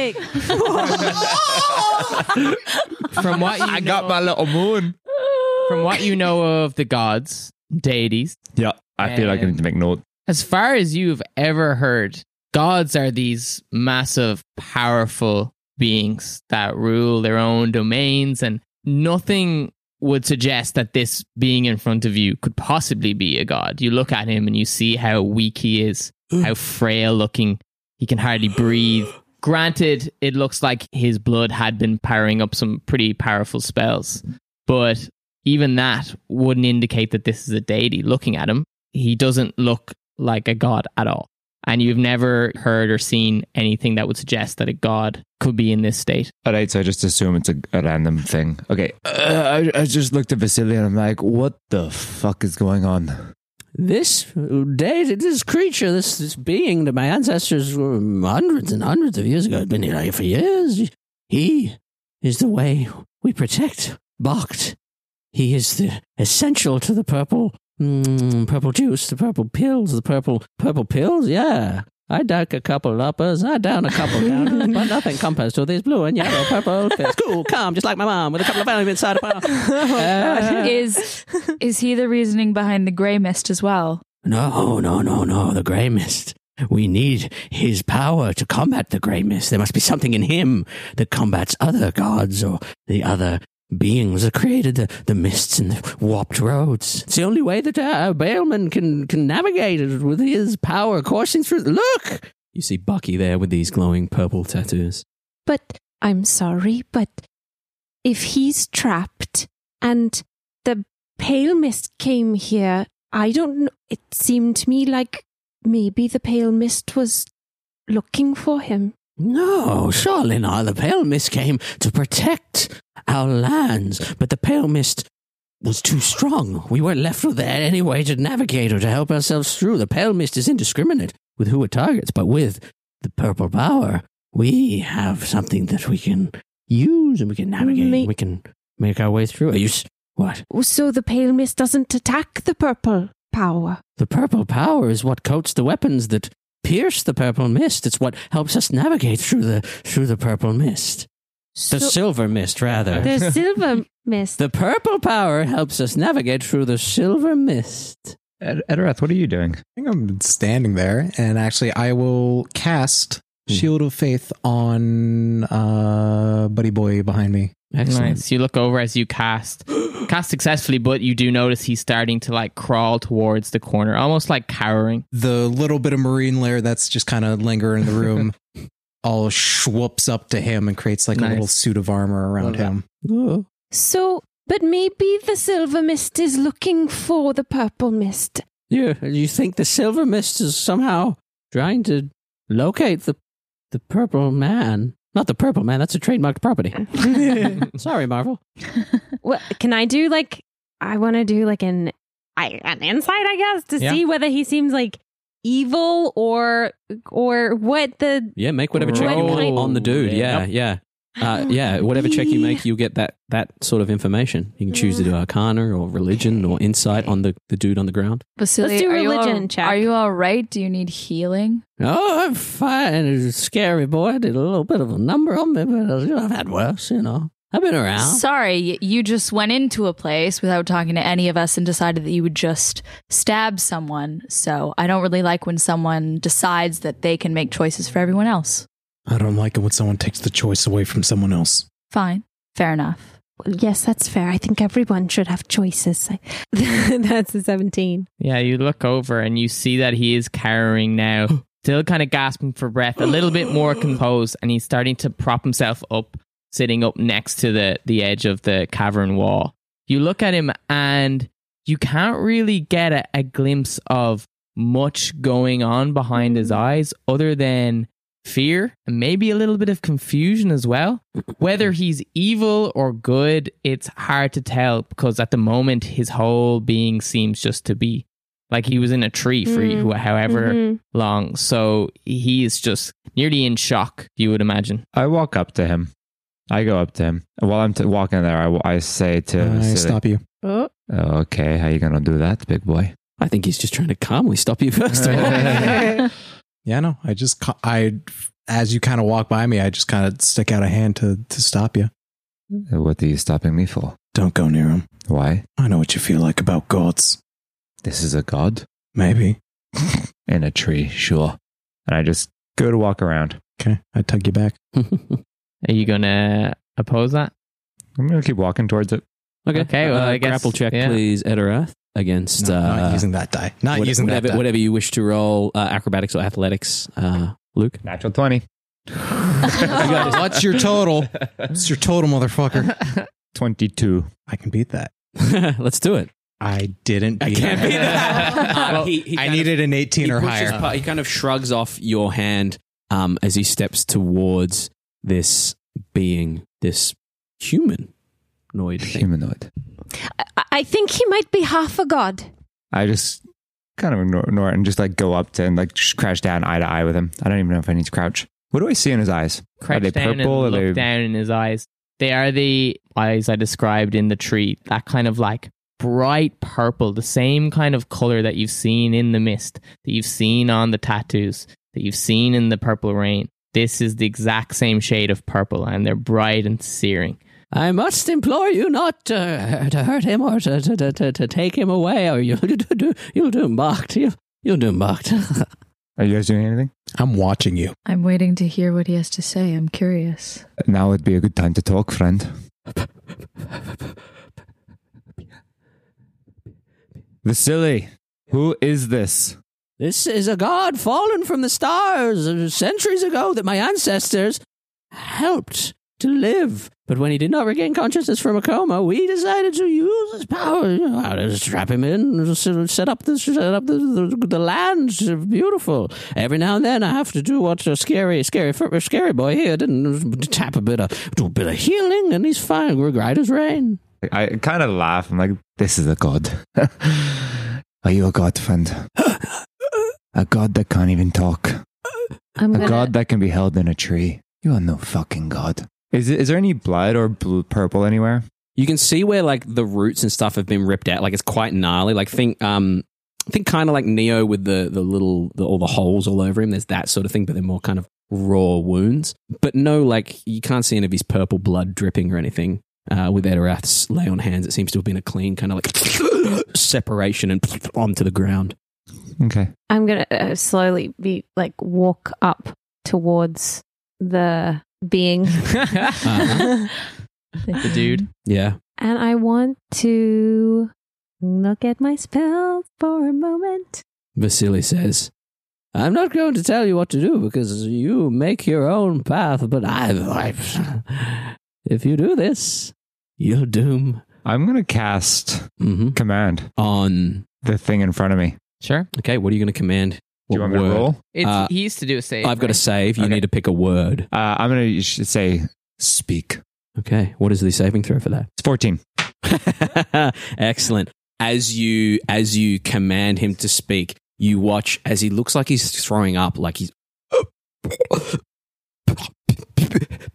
S1: From
S3: (laughs)
S1: what you
S3: I got my little moon.
S1: (laughs) From what you know of the gods, deities,
S3: Yeah, I feel like I
S1: And-
S3: need to make note.
S1: as far as you've ever heard, gods are these massive, powerful beings that rule their own domains, and nothing would suggest that this being in front of you could possibly be a god. You look at him and you see how weak he is, how frail looking. He can hardly breathe. Granted, it looks like his blood had been powering up some pretty powerful spells, but even that wouldn't indicate that this is a deity looking at him he doesn't look like a god at all. And you've never heard or seen anything that would suggest that a god could be in this state.
S3: All right, so I just assume it's a, a random thing. Okay, uh, I, I just looked at Vasily and I'm like, what the fuck is going on?
S2: This day, this creature, this this being that my ancestors were hundreds and hundreds of years ago had been here for years. He is the way we protect Bakht. He is the essential to the purple mm, purple juice, the purple pills, the purple purple pills. Yeah, I dug a couple uppers, I down a couple down, but nothing compares to these blue and yellow purple pills. Cool, calm, just like my mom, with a couple of Uh, value inside a bar.
S5: Uh.
S4: is is he the reasoning behind the grey mist
S5: (laughs)
S4: as well?
S2: No, no, no, no, the Grey Mist. We need his power to combat the Grey Mist. There must be something in him that combats other gods or the other beings that created the, the mists and the warped roads. It's the only way that uh, Baleman can, can navigate it with his power coursing through. Look!
S8: You see Bucky there with these glowing purple tattoos.
S5: But I'm sorry, but if he's trapped and the pale mist came here, I don't know. It seemed to me like maybe the pale mist was looking for him.
S2: No, surely not. The Pale Mist came to protect our lands, but the Pale Mist was too strong. We weren't left with that any way to navigate or to help ourselves through. The Pale Mist is indiscriminate with who it targets, but with the Purple Power, we have something that we can use and we can navigate. and
S5: Ma-
S2: we can make our way through. Are you s- what?
S5: So the pale mist doesn't attack the purple power.
S2: The purple power is what coats the weapons that pierce the purple mist. It's what helps us navigate through the through the purple mist. The
S5: So-
S2: silver mist, rather.
S5: the silver mist.
S2: The purple power helps us navigate through the silver mist.
S3: Ed- Edirath, what are you doing?
S6: I think I'm standing there, and actually, I will cast Shield of Faith on uh, Buddy Boy behind me.
S2: Excellent.
S1: Nice. You look over as you cast. (gasps) Cast successfully, but you do notice he's starting to like crawl towards the corner, almost like cowering.
S6: The little bit of marine layer that's just kind of lingering in
S1: (laughs)
S6: the room all swoops up to him and creates like a
S1: Nice.
S6: little suit of armor around
S1: Love that.
S6: him.
S2: Oh.
S5: so, but maybe the silver mist is looking for the purple mist.
S2: You, you think the silver mist is somehow trying to locate the the purple man? Not the purple man. That's a trademarked
S5: (laughs)
S2: property. Sorry, Marvel.
S5: (laughs) Well, can I do like I want to do like an I, an insight, I guess, to
S8: Yeah.
S5: see whether he seems like evil or or what the
S8: Yeah, make whatever check you
S5: Roll.
S8: want on the dude. Yeah,
S1: Yeah.
S8: yeah. Uh,
S5: Oh,
S8: yeah, whatever check you make, you'll get that, that sort of information. You can choose to do Arcana or Religion or Insight on the, the dude on the ground.
S4: Vasily,
S5: Let's do
S4: are you all-
S5: religion check.
S4: Are you all right? Do you need healing?
S2: Oh, I'm fine. It's a scary boy. I did a little bit of a number on me, but I've had worse, you know.
S7: I've been around.
S4: Sorry, y- you just went into a place without talking to any of us and decided that you would just stab someone. So I don't really like when someone decides that they can make choices for everyone else.
S6: I don't like it when someone takes the choice away from someone else.
S4: Fine.
S2: (laughs)
S5: (laughs)
S4: Fair enough.
S5: Well, (gasps) yes, that's fair. I think everyone should have choices. (laughs) I- that's a 17.
S1: Yeah, you look over and you see that he is cowering now, still kind of gasping for breath, a little bit more composed, and he's starting to prop himself up, sitting up next to the, the edge of the cavern wall. You look at him and you can't really get a, a glimpse of much going on behind his eyes other than fear and maybe a little bit of confusion as well. Whether he's evil or good, it's hard to tell because at the moment his whole being seems just to be like he was in a tree for
S5: Mm.
S1: wh- however
S5: Mhm.
S1: long. So he is just nearly in shock, you would imagine.
S3: I walk up to him. I go up to him. While I'm t- walking there, I, w- I say to
S6: I
S3: Silic,
S6: stop you.
S5: Oh.
S3: "Oh, okay, how you gonna do that, big boy?
S2: I think he's just trying to calmly stop you (laughs) first of all.
S4: (laughs)
S2: (laughs)
S6: Yeah, no. I just ca- I as you kind of walk by me, I just kind of stick out a hand to to stop you.
S3: What are you stopping me for?
S6: Don't go near him.
S3: Why?
S6: I know what you feel like about gods.
S3: This is a god
S6: Maybe.
S3: in a tree, sure." And I just go to walk around.
S6: Okay, I tug you back.
S1: Are you going to oppose that?
S3: I'm gonna keep walking towards it.
S2: okay.
S1: Okay, well,
S2: Uh,
S1: I guess-
S2: grapple check,
S1: yeah.
S2: please, Edorath, against
S6: No,
S2: uh,
S6: not using that die. Not
S2: what-
S6: using
S2: whatever,
S6: that uh, die.
S2: whatever you wish to roll, uh, acrobatics or athletics. Uh, Luke, (laughs)
S3: Natural twenty.
S6: (laughs) What's
S2: (laughs)
S6: your total? It's your total, motherfucker.
S3: Twenty-two. (laughs)
S6: I can beat that.
S2: let's do it.
S6: I didn't beat
S2: can't
S6: it.
S2: beat (laughs) that. Uh, he- he
S6: I
S2: kind
S6: needed an 18
S2: he
S6: or
S2: pushes
S6: higher.
S2: pa- he kind of shrugs off your hand um, as he steps towards this being, this human. Noid. thing.
S3: Humanoid.
S5: I-, I think he might be half a god.
S3: I just kind of ignore, ignore it and just like go up to and like sh- crash down eye to eye with him. I don't even know if I need to crouch. What do I see in his eyes?
S1: crouch
S3: are they
S1: down
S3: purple?
S1: and
S3: are
S1: look
S3: they
S1: down in his eyes. They are the eyes I described in the tree. That kind of like bright purple, the same kind of color that you've seen in the mist, that you've seen on the tattoos, that you've seen in the purple rain. This is the exact same shade of purple, and they're bright and searing.
S7: I must implore you not to, to hurt him or to, to, to, to, to take him away, or you'll (laughs) do, do, you'll do him mocked. You'll, you'll do him mocked.
S3: Are you guys doing anything?
S6: I'm watching you.
S4: I'm waiting to hear what he has to say. I'm curious.
S3: Now would be a good time to talk, friend. Vasily, who is this?
S7: this is a god fallen from the stars centuries ago that my ancestors helped to live. But when he did not regain consciousness from a coma, we decided to use his power. You know, to strap him in, s- set up the set up the, the, the land. Beautiful. Every now and then, I have to do what a scary, scary, f- scary boy here didn't tap a bit of do a bit of healing, and he's fine. We're right as rain.
S3: I kind of laugh. I'm like, this is a god. (laughs) Are you a god, friend? A god that can't even talk.
S5: I'm
S3: A
S5: gonna-
S3: god that can be held in a tree. You are no fucking god. Is it, is there any blood or blue, purple anywhere?
S2: You can see where like the roots and stuff have been ripped out. Like it's quite gnarly. Like think, um, think kind of like Neo with the the little the, all the holes all over him. There's that sort of thing, but they're more kind of raw wounds. But no, like you can't see any of his purple blood dripping or anything. Uh, with Edorath's lay on hands, it seems to have been a clean kind of like (gasps) separation and (laughs) onto the ground.
S3: Okay.
S5: I'm gonna uh, slowly be like walk up towards the being,
S2: Uh-huh.
S1: The dude.
S2: Yeah,
S5: (laughs) and I want to look at my spells for a moment.
S2: Vasily says.
S7: I'm not going to tell you what to do because you make your own path, but I,
S2: (laughs)
S7: I if you do this, you'll doom.
S3: I'm going to cast
S2: hmm
S3: command
S2: On
S3: the thing in front of me.
S1: Sure.
S2: okay, what are you going to command?
S3: Do you
S2: What
S3: want me to
S2: word?
S3: roll?
S1: It's,
S2: Uh,
S1: he used to do a save.
S2: I've got a save. You
S3: Okay.
S2: need to pick a word.
S3: Uh, I'm going to say speak.
S2: Okay. What is the saving throw for
S3: It's 14.
S2: that? (laughs) Excellent. As you as you command him to speak, you watch as he looks like he's throwing up, like he's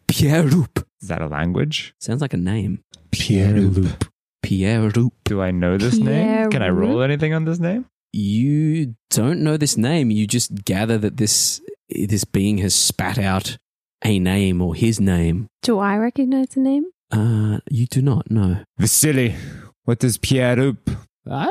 S2: Pierre Loup.
S3: Is that a language?
S2: Sounds like a name.
S6: Pierre Loop.
S2: Pierre Loup.
S3: Do I know this name? Can I roll
S5: Pierre.
S3: anything on this name?
S2: You don't know this name. You just gather that this this being has spat out a name or his name.
S5: Do I recognize the name?
S9: Uh, you do not know.
S3: Vasily, what does Pierre (laughs) up?
S2: I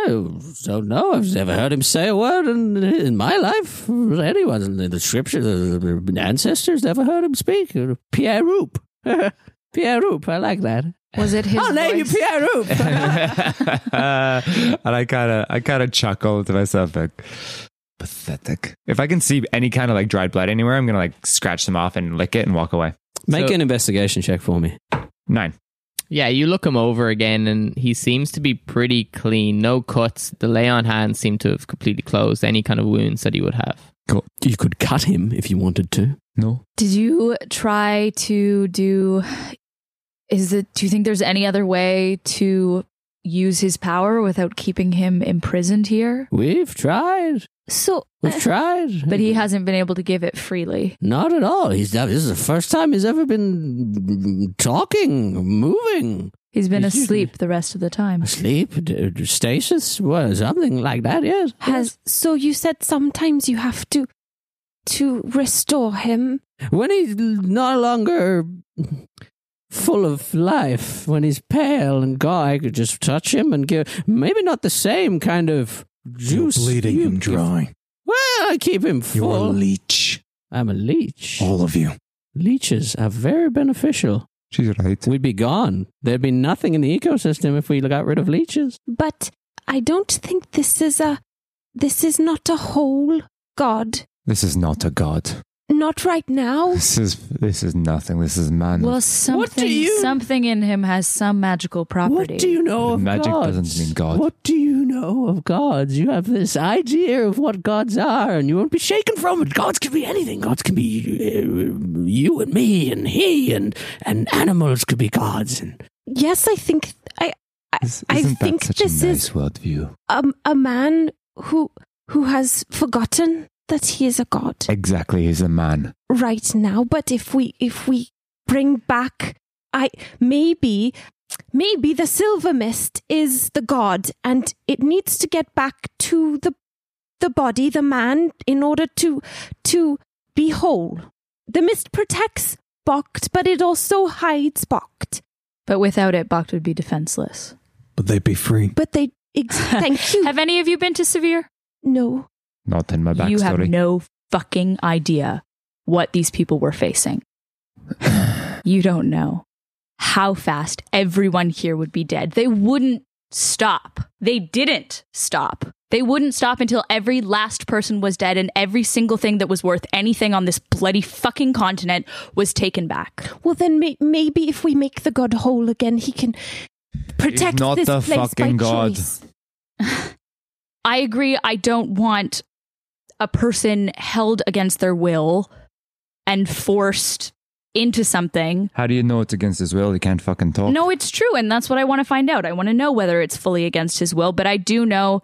S2: don't know. I've never heard him say a word in, in my life. Anyone in the description, the ancestors never heard him speak. Pierre Roop. (laughs) Pierre Roop. I like that.
S4: Was it his?
S2: I'll name Oh, you
S4: voice?
S2: Pierre Roop.
S3: (laughs) and I kind of, I kind of chuckle to myself, like pathetic. If I can see any kind of like dried blood anywhere, I'm gonna like scratch them off and lick it and walk away.
S9: Make
S1: So-
S9: an investigation check for me.
S3: Nine.
S1: Yeah, you look him over again, and he seems to be pretty clean. No cuts. The lay on hands seem to have completely closed any kind of wounds that he would have.
S9: Cool. You could cut him if you wanted to.
S3: No.
S4: Did you try to do? Is it? Do you think there's any other way to use his power without keeping him imprisoned here?
S2: We've tried.
S4: So, uh,
S2: We've tried.
S4: Eh, but he hasn't been able to give it freely.
S2: Not at all. He's this is the first time he's ever been talking, moving,
S4: He's been
S2: He's
S4: asleep the rest of the time.
S2: asleep, d- d- stasis, well, something like that. Yes.
S5: Has so you said sometimes you have to to restore him.
S2: when he's no longer full of life, when he's pale and gone, I could just touch him and give maybe not the same kind of
S6: You're
S2: juice.
S6: bleeding
S2: you
S6: and
S2: give-
S6: drawing.
S2: Well, I keep him
S6: You're Oh. a
S2: full.
S6: leech.
S2: I'm a leech.
S6: All of you.
S2: Leeches are very beneficial.
S3: She's right.
S2: We'd be gone. There'd be nothing in the ecosystem if we got rid of leeches.
S5: But I don't think this is a this is not a whole god.
S3: This is not a god.
S5: Not right now.
S3: This is this is nothing. This is man.
S4: Well, something
S2: you-
S4: something in him has some magical property.
S2: What do you know of
S3: Magic
S2: gods?
S3: doesn't mean God.
S2: What do you know of gods? You have this idea of what gods are, and you won't be shaken from it. Gods can be anything. Gods can be uh, you and me and he and and animals could be gods. And
S5: Yes, I think I I,
S3: Is-
S5: I
S3: isn't that
S5: think
S3: such
S5: this
S3: a nice
S5: is
S3: worldview.
S5: um, a man who who has forgotten that he is a god
S3: Exactly, he's a man.
S5: right now but if we if we bring back i maybe maybe the silver mist is the god and it needs to get back to the the body the man in order to to be whole the mist protects Bokt, but it also hides Bokt.
S4: But without it, Bakht would be defenseless.
S6: But they'd be free.
S5: But they. Ex-
S4: (laughs)
S5: thank you.
S4: Have any of you been to Severe?
S5: no.
S3: Not in my backstory.
S4: You have no fucking idea what these people were facing. you don't know how fast everyone here would be dead. They wouldn't stop. They didn't stop. They wouldn't stop until every last person was dead and every single thing that was worth anything on this bloody fucking continent was taken back.
S5: Well, then may- maybe if we make the god whole again, he can protect
S3: not
S5: this
S3: the
S5: place
S3: fucking
S5: by
S3: god.
S5: choice.
S4: I agree. I don't want a person held against their will and forced into something.
S3: How do you know it's against his will? He can't fucking talk.
S4: No, it's true. And that's what I want to find out. I want to know whether it's fully against his will, but I do know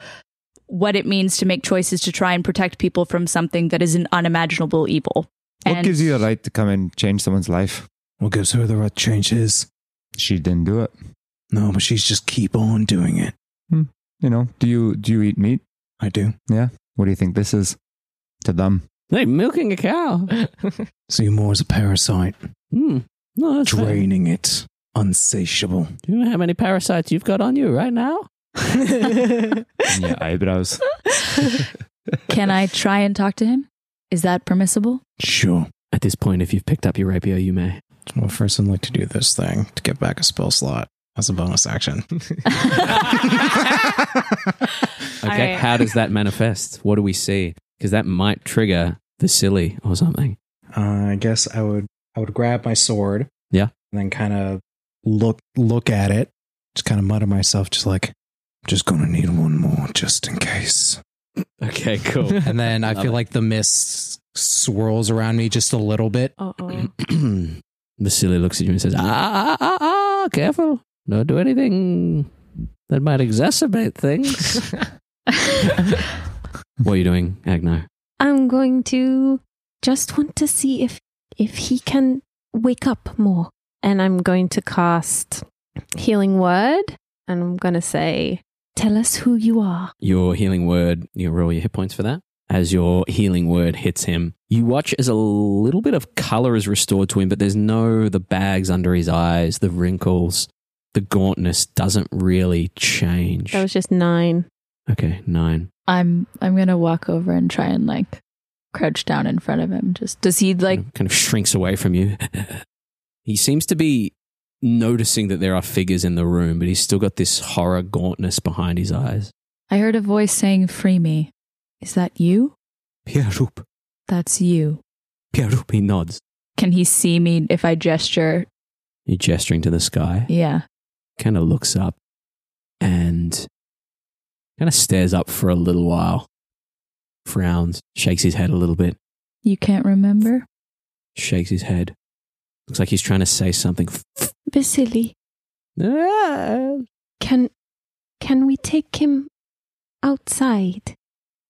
S4: what it means to make choices to try and protect people from something that is an unimaginable evil.
S3: What
S4: And-
S3: gives you the right to come and change someone's life?
S6: What gives her the right to change his?
S3: She didn't do it.
S6: No, but she's just keep on doing it.
S3: You know, do you do you eat meat?
S6: I do.
S3: What do you think this is? To them.
S2: they milking a cow.
S6: See you more as a parasite,
S2: Hmm. No, that's right.
S6: draining it, unsatiable.
S2: Do you know how many parasites you've got on you right
S3: (laughs)
S2: now?
S3: And your eyebrows.
S4: Can I try and talk to him? Is that permissible? (laughs)
S6: Sure.
S9: At this point, if you've picked up your rapier, you may.
S6: Well, first, I'd like to do this thing to get back a spell slot as a bonus
S2: (laughs)
S6: action. (laughs)
S9: Okay.
S4: All right.
S9: How does that manifest? What do we see? Because that might trigger the silly or something.
S6: Uh, I guess I would I would grab my sword.
S9: Yeah.
S6: And then kind of look look at it. Just kind of mutter myself, just like, just gonna need one more just in
S2: (laughs)
S6: case.
S9: Okay, cool.
S6: And then I
S9: Love
S6: feel
S9: it.
S6: like the mist swirls around me just a little bit.
S2: Oh.
S5: Uh-oh. Mm.
S2: (clears throat)
S9: Vasily looks at you and says, "Ah,
S2: Ah, ah, ah, ah! Careful! Don't do anything that might exacerbate things.
S5: (laughs)
S9: what are you doing, Agno?"
S5: I'm going to just want to see if if he can wake up more. And I'm going to cast healing word and I'm going to say tell us who you are.
S9: Your healing word. You roll your hit points for that. As your healing word hits him,
S2: You watch as a little bit of color is restored to him, but there's no the bags under his eyes, the wrinkles, the gauntness doesn't really change.
S5: That was just nine.
S2: okay, nine.
S4: I'm I'm gonna walk over and try and like crouch down in front of him. Just does he like?
S2: kind of, kind of shrinks away from you. (laughs) he seems to be noticing that there are figures in the room, but he's still got this horror gauntness behind his eyes.
S4: I heard a voice saying, "Free me." Is that you?
S2: Pierrup,
S4: That's you.
S2: Pierrup, he nods.
S4: Can he see me if I gesture?
S2: You're gesturing to the sky.
S4: Yeah.
S2: Kind of looks up and kind of stares up for a little while, frowns, shakes his head a little bit,
S4: You can't remember?
S2: shakes his head. Looks like he's trying to say something.
S5: Vasily,
S2: Ah,
S5: can can we take him outside?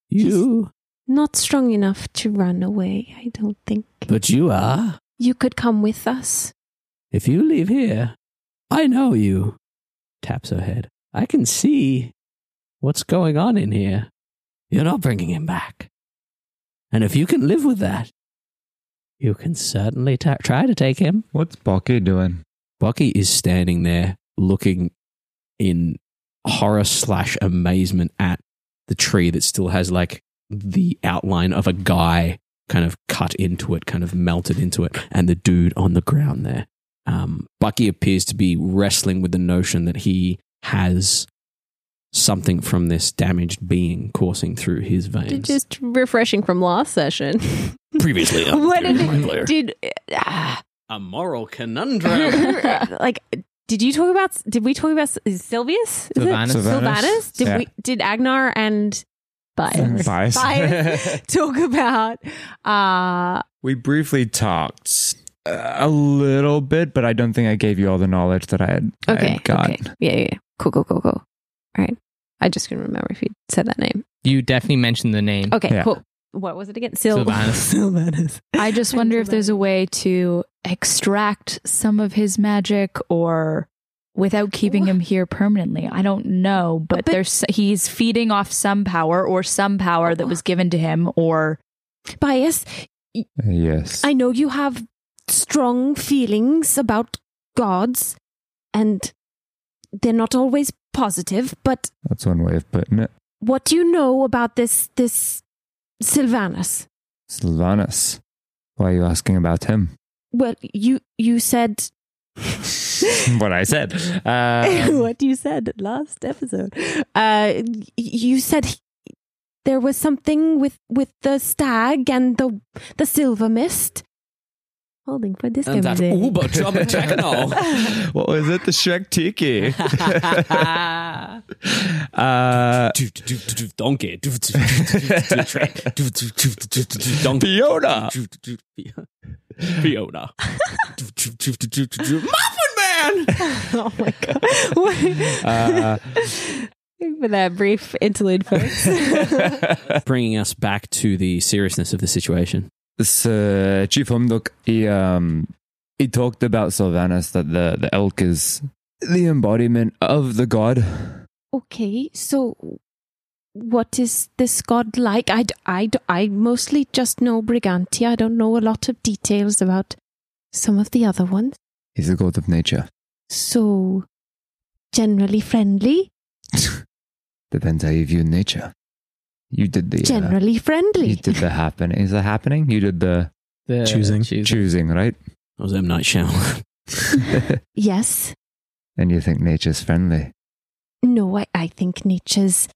S7: You,
S5: Not strong enough to run away, I don't think.
S7: but you are.
S5: you could come with us.
S7: If you leave here, I know you. Taps her head. I can see what's going on in here. You're not bringing him back. And if you can live with that, you can certainly ta- try to take him.
S3: What's Balky doing?
S2: Bucky is standing there looking in horror slash amazement at the tree that still has like the outline of a guy kind of cut into it, kind of melted into it, and the dude on the ground there. Um, Bucky appears to be wrestling with the notion that he has something from this damaged being coursing through his veins.
S5: Just refreshing from
S3: (laughs)
S5: last session.
S2: Previously, on
S5: (laughs) what
S2: Theory
S5: did
S2: of Mind Player.
S5: it, did ah.
S2: a moral
S5: (laughs)
S2: conundrum.
S5: like did you talk about did we talk about is Silvius? Is it?
S1: Sylvanus.
S3: Sylvanus?
S5: Sylvanus? Did
S3: Yeah.
S5: we did Agnar and Bias,
S3: Bias. (laughs)
S5: Bias talk about uh
S3: We briefly talked uh, a little bit, but I don't think I gave you all the knowledge that I had, I had
S5: okay,
S3: got.
S5: okay. Yeah, yeah, yeah. Cool, cool, cool, cool. All right. I just couldn't remember if you said that name.
S1: You definitely mentioned the name.
S5: Okay,
S3: Yeah.
S5: cool. What was it again? Sil-
S1: Sylvanus.
S5: (laughs) Sylvanus.
S4: (laughs) I just wonder if there's a way to extract some of his magic or without keeping him here permanently. I don't know, but,
S5: But-
S4: there's he's feeding off some power or some power that was given to him or
S5: Bias,
S3: Yes.
S5: I know you have strong feelings about gods, and they're not always positive. But
S3: That's one way of putting it.
S5: what do you know about this this Sylvanus?
S3: Sylvanus. Why are you asking about him?
S5: Well, you you said (laughs)
S3: what I said.
S2: (laughs)
S3: Uh,
S5: what you said last episode. Uh, y- you said he- there was something with with the stag and the the silver mist. Holding for this
S2: and that
S5: conversation.
S2: Uber drama
S5: (laughs)
S2: jackal.
S3: what was it? The Shrek Tiki. (laughs) uh,
S2: Donkey.
S3: Fiona.
S2: Fiona. Muffin Man!
S5: (laughs) oh my god! What-
S3: uh,
S5: (laughs) for that brief interlude, folks.
S2: Bringing us back to the seriousness of the situation.
S3: so uh, Chief Humduk, he um he talked about Sylvanus that the the elk is the embodiment of the god.
S5: okay, so what is this god like? I, d- I, d- I mostly just know Brigantia. I don't know a lot of details about some of the other ones.
S3: He's the god of nature.
S5: So, generally friendly?
S3: Depends how you view nature. You did the uh,
S5: Generally
S3: you
S5: friendly.
S3: did the happen. Is it happening? You did the
S1: The-
S6: Choosing.
S3: choosing,
S4: (laughs)
S3: right?
S2: That was M. Night Shyamalan. (laughs)
S5: yes.
S3: and you think nature's friendly.
S5: No, I, I think nature's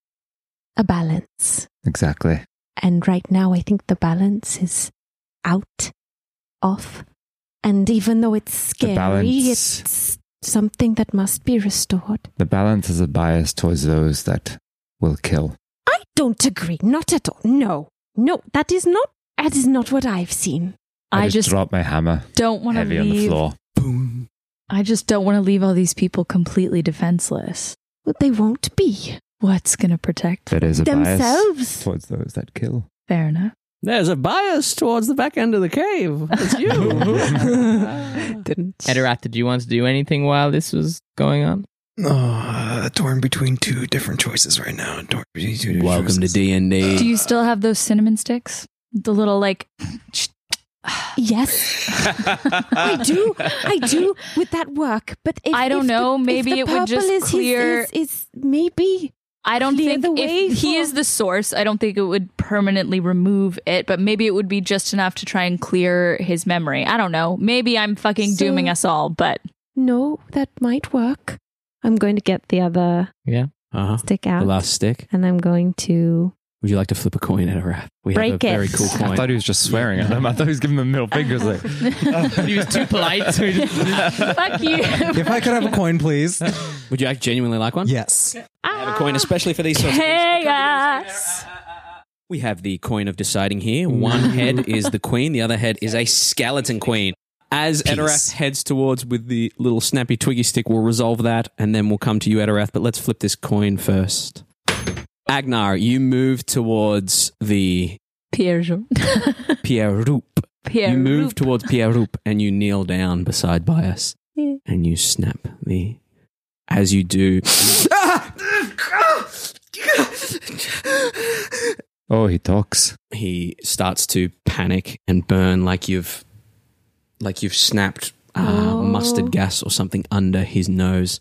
S5: a balance.
S3: Exactly.
S5: And right now, I think the balance is out, off. And even though it's
S3: The
S5: scary,
S3: balance.
S5: it's something that must be restored.
S3: The balance is a bias towards those that will kill.
S5: I don't agree. Not at all. No. No, that is not. That is not what I've seen.
S3: I,
S4: I
S3: just,
S4: just-
S3: dropped my hammer
S4: don't want to
S3: heavy on the
S4: leave.
S3: floor.
S2: Boom.
S4: I just don't want to leave all these people completely defenseless.
S5: But they won't be
S4: What's going to protect?
S3: That is a bias (laughs)
S5: themselves.
S3: towards those that kill.
S4: Fair enough.
S7: There's a bias towards the back end of the cave. It's
S2: (laughs)
S7: you.
S5: Didn't.
S1: Ederat, did you want to do anything while this was going on?
S6: Oh, torn between two different choices right now. Torn between two different
S2: Welcome to
S6: choices.
S2: D&D.
S4: Do you still have those cinnamon sticks? The little like (sniffs)
S5: Yes, I do. I do with that work. But if,
S4: I don't
S5: if the-
S4: know,
S5: if
S4: maybe
S5: the
S4: it would
S5: purple
S4: just
S5: is his-
S4: clear-
S5: Is, is maybe
S4: I don't
S5: Clear
S4: think
S5: the way
S4: if he
S5: for-
S4: is the source, I don't think it would permanently remove it, but maybe it would be just enough to try and clear his memory. I don't know. Maybe I'm fucking
S5: So-
S4: dooming us
S2: (laughs)
S4: all, but
S5: no. That might work. I'm going to get the other
S2: Uh huh.
S5: stick
S2: The
S5: out,
S2: last stick.
S5: and I'm going to.
S2: Would you like to flip a coin at a wrap? We have
S5: Break
S2: a very
S5: it.
S2: cool
S3: I
S2: coin.
S3: thought he was just swearing at them. I thought he was giving them middle fingers.
S4: (laughs)
S3: Like,
S1: (laughs) he was too polite. So he just- (laughs)
S4: fuck you.
S6: (laughs) (laughs) If I could have a
S2: (laughs)
S6: coin, please.
S2: Would you act genuinely like one?
S6: Yes.
S2: I
S5: Ah,
S2: have a coin, especially for these sorts of things.
S4: Chaos.
S2: We have the coin of deciding here. One head is the queen, the other head is a skeleton queen. As
S6: Peace.
S2: Edorath heads towards with the little snappy twiggy stick, we'll resolve that and then we'll come to you, Edorath. But let's flip this coin first. Agnar, you move towards the
S4: Pierre.
S2: Pierre Roop.
S4: (laughs) Pierre.
S2: you move towards Pierre Roop and you kneel down beside Bias
S5: Yeah.
S2: and you snap the. As you do,
S3: (laughs) oh, he talks.
S2: he starts to panic and burn like you've like you've snapped uh,
S5: Oh.
S2: mustard gas or something under his nose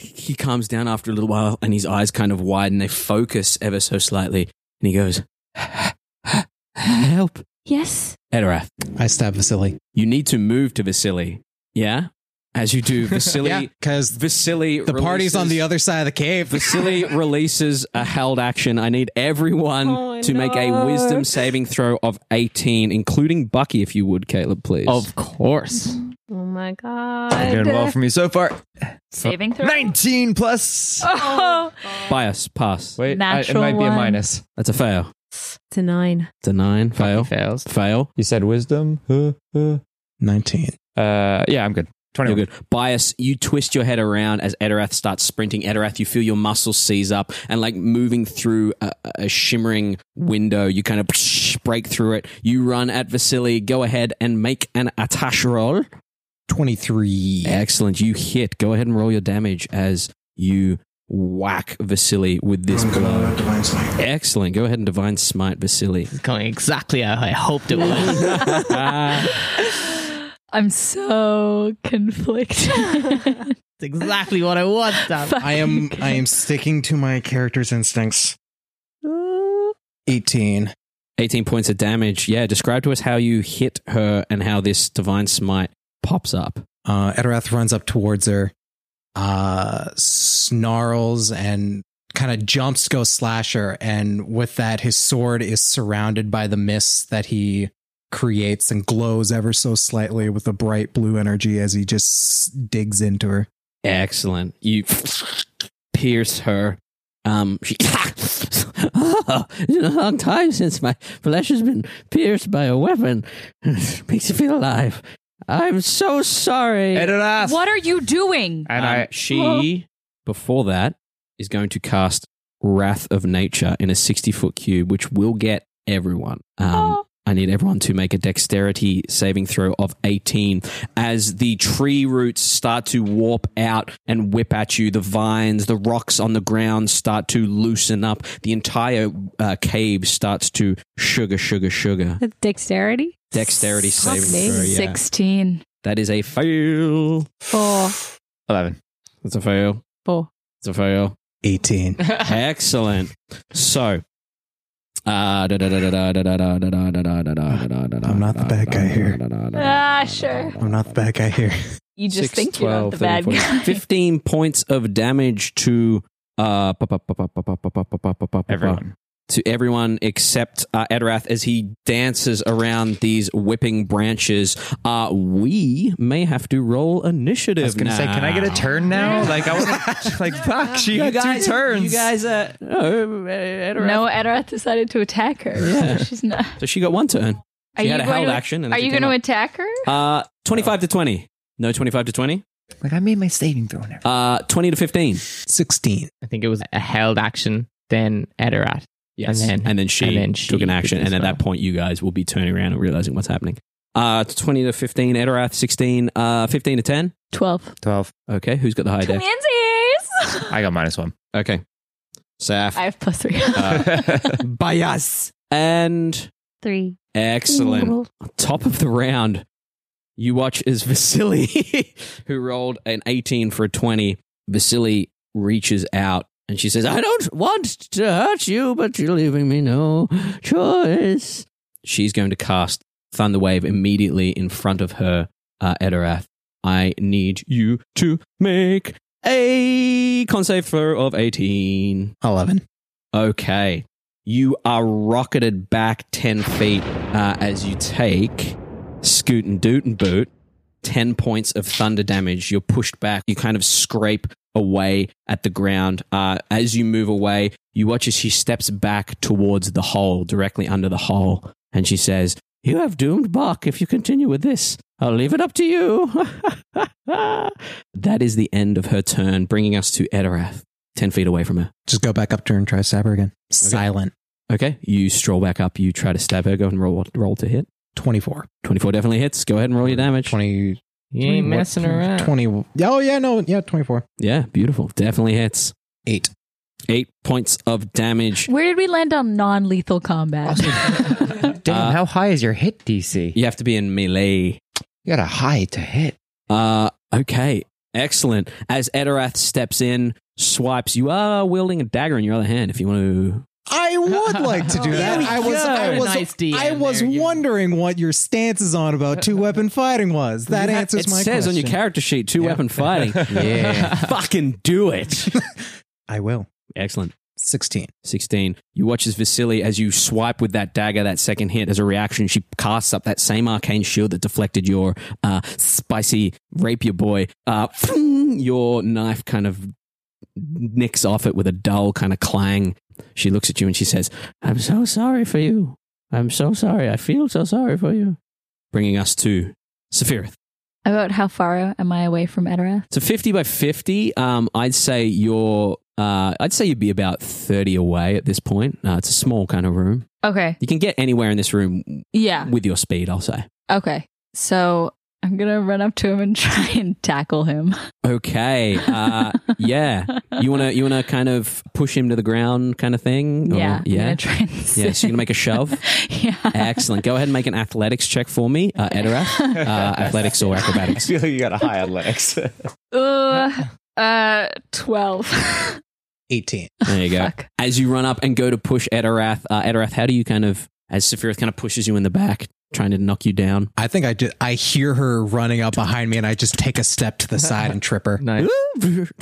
S2: he calms down after a little while and his eyes kind of widen they focus ever so slightly and he goes help
S5: Yes,
S2: Edorath
S6: I stab Vasily.
S2: you need to move to Vasily yeah as you
S6: (laughs)
S2: do Vasily
S6: because
S2: Vasily
S6: the party's on the
S2: releases-
S6: other side of the cave.
S2: Vasily releases a held action. I need everyone
S5: Oh,
S2: to make a
S5: no.
S2: wisdom saving throw of 18, including Bucky, if you would, Caleb, please.
S1: Of course.
S5: Oh my
S3: You're doing well
S5: god.
S3: for me so far.
S4: Saving throw.
S3: 19 plus.
S4: Oh.
S2: bias, pass.
S3: Wait, I, it
S4: Natural
S3: might be a
S4: one.
S3: minus.
S2: That's a fail.
S5: (laughs) It's a nine.
S2: It's a nine. Fail.
S1: fails.
S2: Fail.
S3: You said wisdom. Huh, huh.
S6: 19.
S3: Uh, yeah, I'm good. 21.
S2: You're good. Bias, you twist your head around as Edorath starts sprinting. Edorath, you feel your muscles seize up and like moving through a, a shimmering window. You kind of break through it. You run at Vasily. Go ahead and make an attack roll.
S6: 23.
S2: Excellent. You hit. Go ahead and roll your damage as you whack Vasily with this
S6: Oh,
S2: blow. Excellent. Go ahead and divine smite Vasily.
S1: It's going exactly how I hoped it (laughs) would.
S2: Ah,
S4: I'm so conflicted.
S1: It's exactly what I want. Damn.
S6: I am I am sticking to my character's instincts. 18.
S2: 18 points of damage. Yeah, describe to us how you hit her and how this divine smite pops up.
S6: Uh Edorath runs up towards her, uh snarls and kind of jumps to go slasher and with that his sword is surrounded by the mist that he creates and glows ever so slightly with a bright blue energy as he just digs into her.
S2: Excellent. You (laughs) pierce her. Um, she, (laughs)
S7: oh, it's been a long time since my flesh has been pierced by a
S2: (laughs)
S7: weapon. Makes you feel alive. I'm so sorry.
S3: Edorath!
S4: what are you doing?
S3: And
S2: Um,
S3: I.
S2: she before that is going to cast Wrath of Nature in a sixty foot cube, which will get everyone. Um, I need everyone to make a dexterity saving throw of 18 as the tree roots start to warp out and whip at you. The vines, the rocks on the ground start to loosen up. The entire uh, cave starts to sugar, sugar, sugar.
S5: Dexterity.
S2: Dexterity saving
S5: Six.
S2: throw. Yeah.
S4: 16.
S2: That is a fail.
S5: Four.
S3: 11.
S2: That's a fail.
S5: Four.
S2: It's a fail.
S1: (laughs)
S6: 18.
S1: Um,
S2: Excellent. So, uh, I'm
S6: I'm
S2: not
S6: not the bad guy here.
S4: Ah, sure.
S6: I'm not the bad guy here.
S4: You
S2: Six,
S4: just think you're not
S2: 12,
S4: the
S2: 13,
S4: bad
S2: 14.
S4: guy.
S2: 15 points of damage to uh pa- pa- pa- pa- pa- pa- pa- pa- pa- pa- pa-
S3: Everyone.
S2: to everyone except uh, Edorath as he dances around these whipping branches. Uh, we may have to roll initiative.
S3: I was going to
S2: now.
S3: say, can I get a turn now? Like, I (laughs) was like, fuck, she
S2: You
S3: had
S2: guys,
S3: two turns.
S2: You guys, uh, oh, Edorath.
S4: (laughs) No, Edorath decided to attack her.
S2: Yeah.
S4: So (laughs) she's not.
S2: So she got one turn.
S4: Are
S2: She had
S4: you
S2: a
S4: going
S2: held
S4: to-
S2: action. And
S4: Are
S2: then
S4: you
S2: she
S4: going to
S2: came
S4: attack her?
S2: up. Uh, 25 to 20. No, 25 to 20.
S3: like, I made my saving throw now.
S2: Uh, 20 to 15.
S6: 16.
S1: I think it was a held action, then Edorat.
S2: Yes.
S1: And then-
S2: she,
S1: and then she
S2: took an
S1: did
S2: action.
S1: as
S2: And at
S1: well.
S2: that point, you guys will be turning around and realizing what's happening. Uh, 20 to 15, Edorath 16, uh, 15 to 10.
S4: 12.
S3: 12.
S2: Okay, who's got the high deck? (laughs)
S4: Twinsies!
S3: I got minus one.
S2: Okay. Saf.
S4: I have plus three.
S2: Uh,
S3: Bias.
S2: and
S10: Three.
S2: excellent. Top of the round, you watch as (laughs) Vasily, who rolled an 18 for a 20, Vasily reaches out and she says, I
S7: I don't want to hurt you, but you're leaving me no choice.
S2: she's going to cast Thunder Wave immediately in front of her, uh, Edorath. I need you to make a con save throw of 18.
S6: 11.
S2: Okay. You are rocketed back 10 feet uh, as you take Scoot and Doot and Boot. 10 points of thunder damage. You're pushed back. You kind of scrape away at the ground. Uh, as you move away, you watch as she steps back towards the hole, directly under the hole. And she says,
S7: You have doomed Bach if you continue with this. I'll leave it up to you.
S2: (laughs) That is the end of her turn, bringing us to Edorath, 10 feet away from her.
S6: Just go back up to her and try to stab her again. Silent.
S2: Okay. You stroll back up. You try to stab her. Go and roll, roll to hit.
S6: 24.
S2: 24 definitely hits. Go ahead and roll your damage.
S6: 20.
S1: You ain't
S6: 20
S1: messing around.
S6: 20. Oh, yeah, no. Yeah, 24.
S2: Yeah, beautiful. Definitely hits.
S6: 8.
S2: Eight points of damage.
S4: Where did we land on non lethal combat?
S3: (laughs) Damn,
S2: Uh,
S3: how high is your hit DC?
S2: You have to be in melee.
S3: You got a high to hit.
S2: Uh, okay, excellent. As Edorath steps in, swipes, you are wielding a dagger in your other hand if you want to.
S6: I would like to do that.
S2: There we
S6: I was,
S2: go.
S6: I was,
S1: Nice DM
S6: I was
S1: there, you-
S6: wondering what your stance is on about two weapon fighting was. That
S2: You ha-
S6: answers
S2: it
S6: my
S2: says
S6: question.
S2: on your character sheet, two
S6: Yeah.
S2: weapon fighting.
S6: (laughs)
S2: (laughs)
S6: Yeah.
S2: Fucking do it. (laughs)
S6: I will.
S2: excellent.
S6: 16.
S2: 16. You watch as Vasily, as you swipe with that dagger, that second hit, as a reaction, she casts up that same arcane shield that deflected your uh, spicy rapier boy. Uh, (laughs) your knife kind of nicks off it with a dull kind of clang. She looks at you and she says,
S7: I'm so sorry for you. I'm so sorry. I feel so sorry for you.
S2: bringing us to Sephiroth.
S4: (laughs) About how far am I away from Edera?
S2: So 50 by 50, um, I'd say you're. Uh, I'd say you'd be about 30 away at this point. Uh, it's a small kind of room.
S4: Okay.
S2: You can get anywhere in this room
S4: Yeah.
S2: with your speed, I'll say.
S4: Okay. So I'm going to run up to him and (laughs) try and tackle him.
S2: Okay.
S4: (laughs)
S2: Uh, yeah. You wanna you wanna kind of push him to the ground kind of thing? Or-
S4: Yeah. I'm
S2: Oh, yeah.
S4: gonna try and
S2: Yeah, so you're gonna make a shove.
S4: (laughs) yeah.
S2: Excellent. Go ahead and make an athletics check for me, uh, Edorath. Uh, athletics
S3: (laughs)
S2: or acrobatics.
S3: feel you got a (laughs) high athletics.
S4: Uh, uh, 12.
S6: 18.
S2: There you go. (laughs)
S4: (laughs) Fuck.
S2: As you run up and go to push Edorath, uh, Edorath, how do you kind of as Sephiroth kind of pushes you in the back, trying to knock you down?
S6: I think I just, I hear her running up behind me and I just take a step to the side and
S1: (laughs)
S6: trip her.
S1: Nice.
S2: (laughs)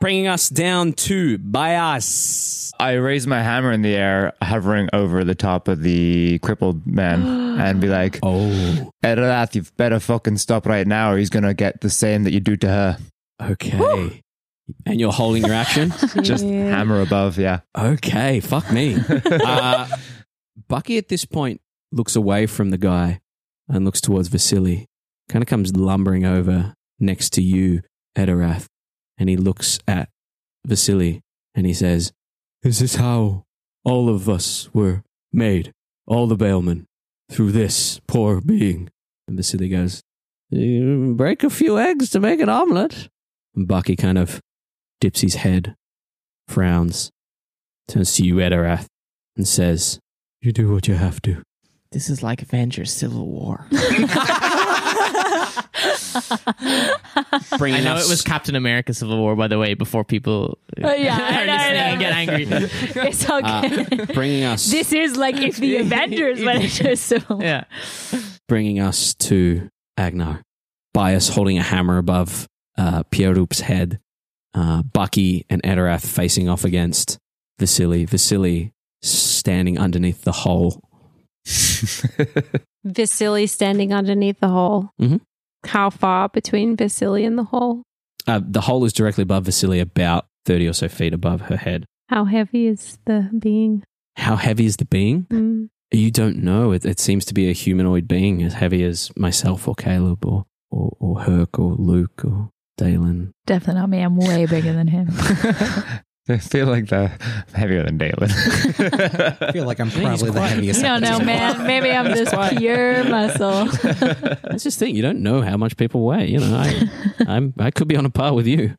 S2: Bringing us down to Bias.
S3: I raise my hammer in the air, hovering over the top of the crippled man, and be like,
S2: Oh,
S3: Edorath, you've better fucking stop right now, or he's gonna get the same that you do to her.
S2: okay. And you're holding your
S4: (laughs)
S2: action.
S3: (laughs) Just hammer above, yeah.
S2: Okay, fuck me. (laughs) uh, Bucky at this point looks away from the guy and looks towards Vasily. Kind of comes lumbering over next to you, Edorath, and he looks at Vasily and he says, "Is this how all of us were made? All the bailmen through this poor being?" And Vasily goes,
S7: You break a few eggs to make an omelette.
S2: and Bucky kind of dips his head, frowns, turns to you, Edorath, and says, "You do what you have to."
S10: This is like Avengers Civil
S1: (laughs)
S10: War.
S1: I
S2: Bringing
S1: know
S2: us-
S1: it was Captain America Civil War, by the way, before people (laughs)
S4: Uh, yeah, I
S1: are
S4: know, I
S1: listening
S4: know.
S1: and get (laughs) angry.
S4: It's okay.
S2: Uh, bringing us
S4: this is like if the
S2: (laughs)
S4: Avengers went into a civil
S1: yeah.
S2: bringing us to Agnar. Bias holding a hammer above uh, Pierup's head. Uh, Bucky and Edorath facing off against Vasily. Vasily standing underneath the hole.
S5: Vasily standing underneath the hole.
S2: Mhm.
S5: How far between Vasily and the hole?
S2: Uh, the hole is directly above Vasily, about 30 or so feet above her head.
S5: How heavy is the being?
S2: How heavy is the being?
S5: Mm.
S2: You don't know. It, it seems to be a humanoid being as heavy as myself or Caleb or, or, or Herc or Luke or Dalen.
S4: Definitely not me. I'm (laughs) way bigger than him.
S3: (laughs) I (laughs) feel like the heavier than Dalen.
S6: I feel
S3: (laughs)
S6: like I'm
S2: think he's
S6: probably the
S2: quiet.
S6: heaviest.
S4: You don't know, man. Maybe I'm just pure
S6: (laughs)
S4: muscle.
S2: That's just the thing. You don't know how much people weigh. You know,
S4: (laughs)
S2: I, I'm, I could be on a par with you.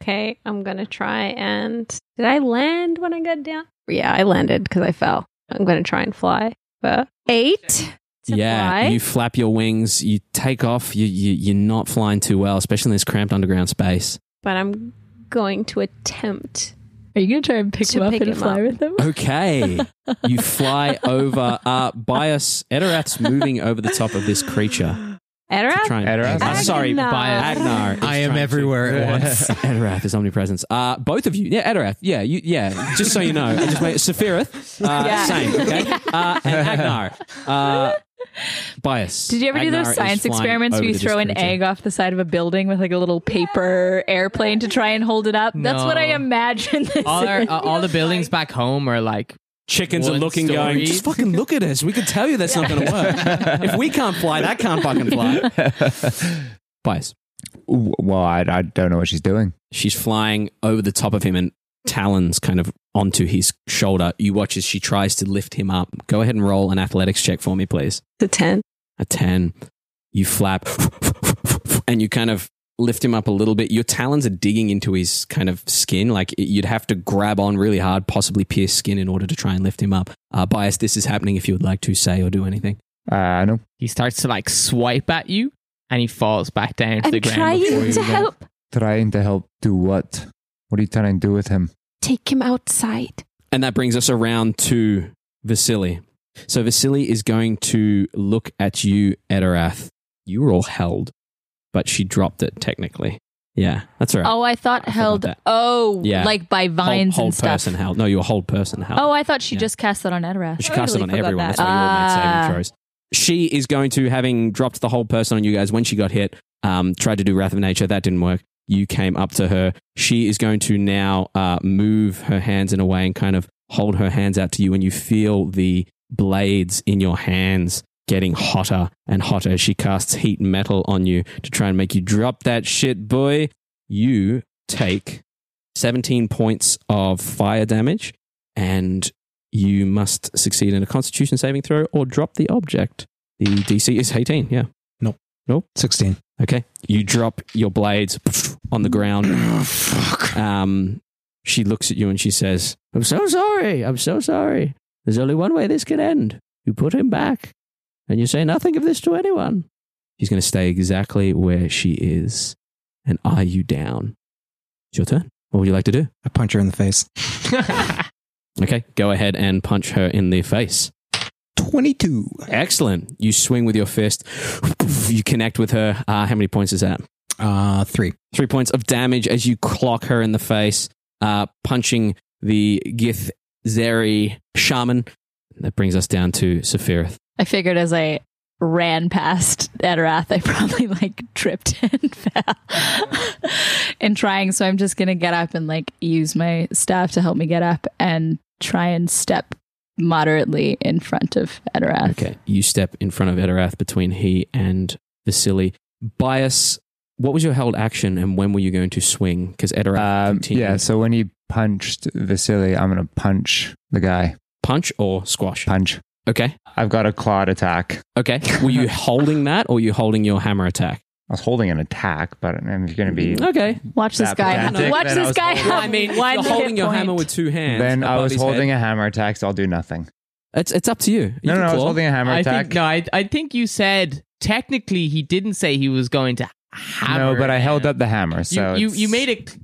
S5: Okay, I'm gonna try and did I land when I got down? Yeah, I landed because I fell.
S11: I'm going to try and fly. But
S5: Eight. to
S2: yeah,
S5: fly.
S2: you flap your wings, you take off. You, you you're not flying too well, especially in this cramped underground space.
S11: but I'm going to attempt.
S4: Are you going to try and pick
S11: To
S4: him up
S11: pick
S4: and
S11: him
S4: fly
S11: up.
S4: with him?
S2: Okay, you fly over. Uh, Bias Edorat's moving over the top of this creature. to
S11: Edirath?
S2: try and-
S3: Edorath?
S2: I'm sorry,
S11: Agnar.
S2: Bias. Agnar. is
S6: I am
S2: trying to- (laughs)
S6: everywhere at once.
S2: Edorath is omnipresence. Uh, both of you. Yeah, Edorath. Yeah, you, yeah. Just so you know. I just wait. Sephiroth. Uh,
S11: Yeah.
S2: Same. Okay. Uh, and Agnar. Uh, bias.
S4: Did you ever do
S2: Agnar
S4: those
S2: is
S4: science
S2: flying
S4: experiments
S2: over
S4: where you
S2: to this
S4: throw an
S2: creature.
S4: egg off the side of a building with like a little (laughs) paper airplane to try and hold it up? That's what I
S1: No.
S4: imagine.
S2: (laughs)
S4: This
S1: All our,
S4: is.
S1: uh, all the buildings back home are like
S2: Chickens are
S1: One
S2: looking,
S1: story.
S2: going. Just fucking look at us. We can tell you that's not going to work. (laughs) if we can't fly, that can't fucking
S4: (laughs)
S2: fly. Bias.
S3: Ooh, (laughs) well, I, I don't know what she's doing.
S2: She's flying over the top of him and talons kind of onto his shoulder. You watch as she tries to lift him up. Go ahead and roll an athletics check for me, please.
S11: To 10.
S2: A 10. You flap (laughs) and you kind of lift him up a little bit. Your talons are digging into his kind of skin. Like it- you'd have to grab on really hard, possibly pierce skin in order to try and lift him up. Uh, Bias, this is happening if you would like to say or do anything.
S3: Uh, I know.
S1: he starts to like swipe at you, and he falls back down to the
S5: I'm
S1: ground. before
S5: trying
S1: you
S5: to
S1: go.
S5: help.
S3: Trying to help do what? What are you trying to do with him?
S5: Take
S2: (laughs)
S5: him outside.
S2: And that brings us around to Vasily. So Vasily is going to look at you, Edorath. You were all held, but she dropped it technically. Yeah, that's all right.
S4: (laughs) Oh, I thought
S2: I forgot
S4: held.
S2: that.
S4: Oh,
S2: Yeah.
S4: like by vines
S2: hold,
S4: and stuff.
S2: person held. No, you're a hold person held.
S4: Oh, I thought she
S2: Yeah.
S4: just cast that on Edoras.
S2: She cast it
S11: totally
S2: on
S11: forgot
S2: everyone.
S11: that.
S2: That's why you all made
S4: Ah.
S2: saving throws. She is going to, having dropped the whole person on you guys when she got hit, um, tried to do Wrath of Nature. That didn't work. You came up to her. She is going to now uh, move her hands in a way and kind of hold her hands out to you, and you feel the blades in your hands getting hotter and hotter as she casts heat metal on you to try and make you drop that shit, boy. You take 17 points of fire damage and you must succeed in a constitution saving throw or drop the object. The DC is 18, yeah.
S6: 16.
S2: Okay. You drop your blades on the ground.
S6: Fuck.
S2: Um, she looks at you and she says,
S7: I'm so sorry. I'm so sorry. There's only one way this can end. You put him back, and you say nothing of this to anyone.
S2: She's going to stay exactly where she is and eye you down. It's your turn. What would you like to do?
S6: I punch her in the face.
S2: Okay. Go ahead and punch her in the face.
S6: 22.
S2: Excellent. You swing with your fist. You connect with her. Uh, how many points is that?
S6: Uh, three.
S2: Three points of damage as you clock her in the face, uh, punching the Gith Zeri shaman. That brings us down to Sephiroth.
S4: I figured as I ran past Edorath, I (laughs) probably like tripped (laughs) and fell in trying. So I'm just gonna get up and like use my staff to help me get up and try and step moderately in front of Edorath.
S2: Okay. You step in front of Edorath between he and Vasily. Bias, what was your held action and when were you going to swing? Because Edorath
S3: Um,
S2: continues.
S3: yeah. So when he punched Vasily, I'm gonna punch the guy.
S2: Punch or squash?
S3: Punch.
S2: Okay.
S3: I've got a clawed attack.
S2: Okay. Were you (laughs) holding that or were you holding your hammer attack?
S3: I was holding an attack, but I'm gonna be.
S2: Okay.
S4: Watch this
S3: That
S4: guy.
S3: pedantic,
S4: Watch
S3: then I
S4: this
S3: was
S4: guy. (laughs)
S3: holding-
S4: have
S2: I mean,
S4: one
S2: you're holding
S4: hit
S2: your
S4: point.
S2: hammer with two hands.
S3: Then I
S2: above
S3: was
S2: his
S3: holding
S2: head.
S3: a hammer attack, so I'll do nothing.
S2: It's it's up to you. you can
S3: no, no, no, I was
S2: claw.
S3: holding a hammer
S1: I
S3: attack.
S1: think no, I, I think you said technically he didn't say he was going to hammer.
S3: no, but I held
S1: him.
S3: up the hammer. So
S1: you, you
S3: it's-
S1: you made it.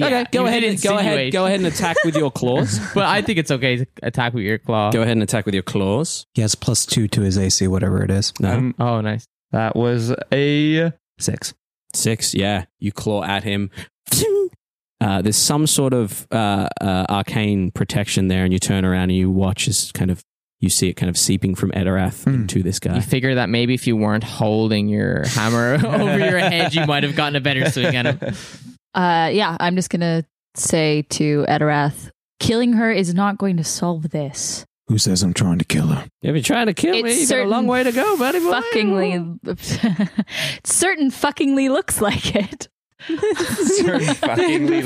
S2: okay, go ahead and go ahead. Go ahead and attack with your claws.
S1: (laughs) But I think it's okay to attack with your
S2: (laughs)
S1: claw.
S2: go ahead and attack with your claws.
S6: He has plus two to his AC, whatever it is.
S2: No,
S3: (laughs) Um,
S1: Oh, nice.
S3: that was
S1: (laughs)
S3: a six.
S2: six. Yeah, you claw at him. (laughs) Uh, there's some sort of uh, uh, arcane protection there, and you turn around and you watch as kind of you see it kind of seeping from Edorath
S3: Hmm.
S2: into this
S1: You
S2: guy.
S1: figure that maybe if you weren't holding your hammer (laughs) over your head, you might have gotten a better swing at (laughs) him.
S4: Uh, yeah, I'm just gonna say to Edorath, killing her is not going to solve this.
S6: Who says I'm trying to kill her?
S2: If you're trying to kill me, you
S4: It's
S2: got a long
S4: certain
S2: way to go, buddy. boy.
S4: fuckingly (laughs) it certain fuckingly looks like it
S2: (laughs)
S4: (laughs)
S3: Certain fuckingly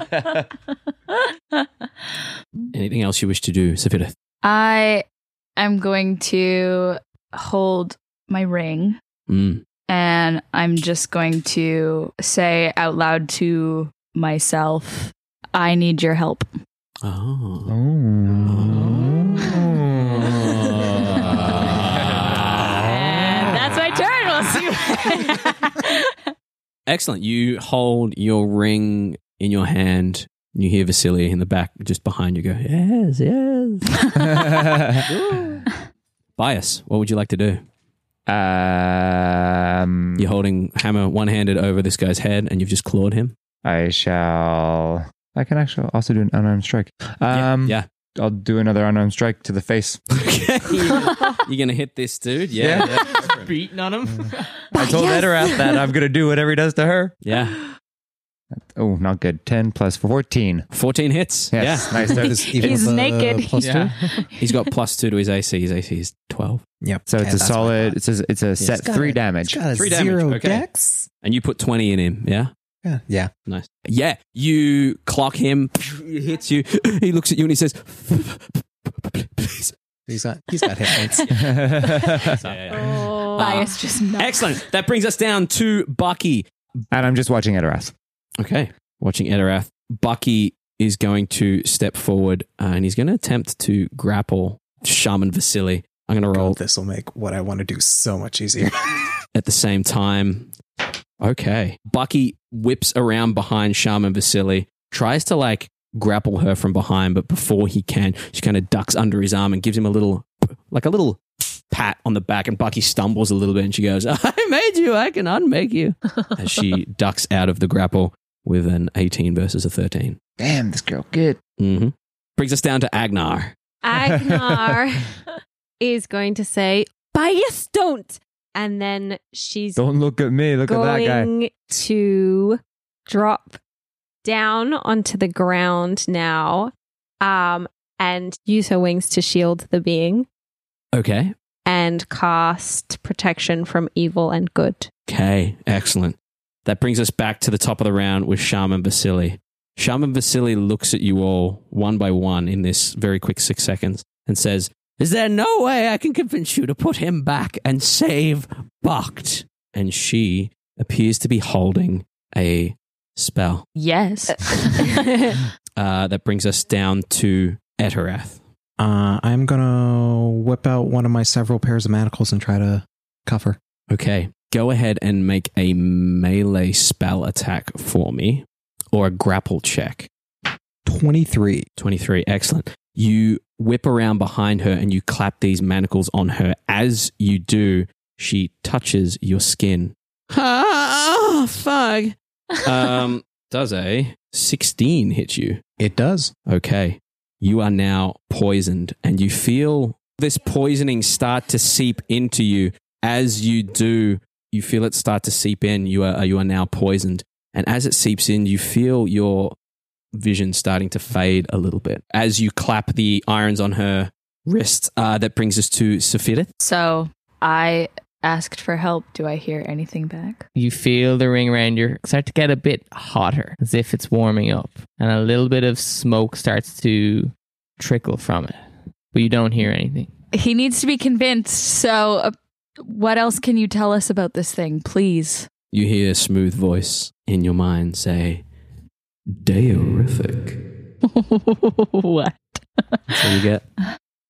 S3: looks (laughs) like
S2: Anything else you wish to do, Sephiroth?
S4: i am going to hold my ring
S2: Mm.
S4: and i'm just going to say out loud to myself i need your help
S2: Oh.
S3: Oh.
S2: (laughs) Excellent. You hold your ring in your hand. You hear Vasily in the back, just behind you, go, Yes, yes.
S3: Oh.
S1: (laughs)
S2: Bias, what would you like to do?
S3: (laughs) um,
S2: You're holding hammer one handed over this guy's head and you've just clawed him.
S3: I shall. I can actually also do an unarmed strike. Um,
S2: yeah.
S3: I'll do another unarmed strike to the face.
S2: (laughs) Okay.
S3: (laughs)
S2: You're going to hit this dude? Yeah. Yeah.
S12: Beating on him.
S3: I told Edorath that I'm going to do whatever he does to her.
S2: yeah.
S3: Oh, not good. 10 plus 14.
S2: 14 hits.
S3: Yes.
S2: Yeah.
S3: Nice. That is-
S6: (laughs)
S4: He's
S6: uh,
S4: naked.
S12: yeah.
S3: (laughs)
S2: He's got plus two to his AC. His AC is 12.
S6: Yep.
S3: So it's a solid, it's a, it's a set
S6: It's got
S3: three
S6: a-
S3: damage.
S2: Three
S6: three
S2: damage,
S6: zero
S2: okay.
S6: dex.
S2: And you put 20 in him. Yeah.
S6: Yeah. yeah.
S2: Nice. Yeah, you clock him. He hits you. (laughs) He looks at you and he says, (laughs)
S3: (laughs)
S2: "Please."
S6: He's got he's got hit points. (laughs)
S5: Oh.
S4: Bias just not.
S2: Excellent. That brings us down to Bucky.
S3: and I'm just watching Edorath.
S2: Okay. Watching Edorath. Bucky is going to step forward uh, and he's going to attempt to grapple Shaman Vasily. I'm going to roll
S6: This will make what I want to do so much easier.
S2: at the same time. Okay. Bucky whips around behind Shaman Vasily, tries to like grapple her from behind, but before he can, she kind of ducks under his arm and gives him a little, like a little pat on the back. And Bucky stumbles a little bit and she goes, (laughs) I made you. I can unmake you. As she ducks out of the grapple with an 18 versus a 13.
S3: Damn, this girl good.
S2: hmm Brings us down to Agnar. (laughs)
S5: Agnar is going to say, Bias, don't. And then she's
S3: Don't look at me. Look at that guy.
S5: going to drop down onto the ground now um, and use her wings to shield the being
S2: Okay.
S5: and cast protection from evil and good.
S2: Okay, excellent. That brings us back to the top of the round with Shaman Vasili. Shaman Vasili looks at you all one by one in this very quick six seconds and says, Is there no way I can convince you to put him back and save Bucked? And she appears to be holding a spell.
S4: Yes.
S2: Uh, that brings us down to Eterath.
S6: (laughs) Uh, I'm gonna whip out one of my several pairs of manacles and try to cuff her.
S2: Okay, go ahead and make a melee spell attack for me or a grapple check.
S6: Twenty three.
S2: 23. Excellent. You whip around behind her and you clap these manacles on her. As you do, she touches your skin. (laughs) Ah, fuck. Um, (laughs) does a 16 hit you?
S6: It does.
S2: Okay. You are now poisoned and you feel this poisoning start to seep into you. As you do, you feel it start to seep in. You are, you are now poisoned. And as it seeps in, you feel your vision starting to fade a little bit. As you clap the irons on her wrists, uh, that brings us to Sophidith.
S4: (laughs) so I asked for help. Do I hear anything back?
S1: You feel the ring around you start to get a bit hotter, as if it's warming up, and a little bit of smoke starts to trickle from it. But you don't hear anything.
S4: He needs to be convinced. So, uh, what else can you tell us about this thing, please? (laughs)
S2: You hear a smooth voice in your mind say, Deorific.
S4: what?
S2: So you get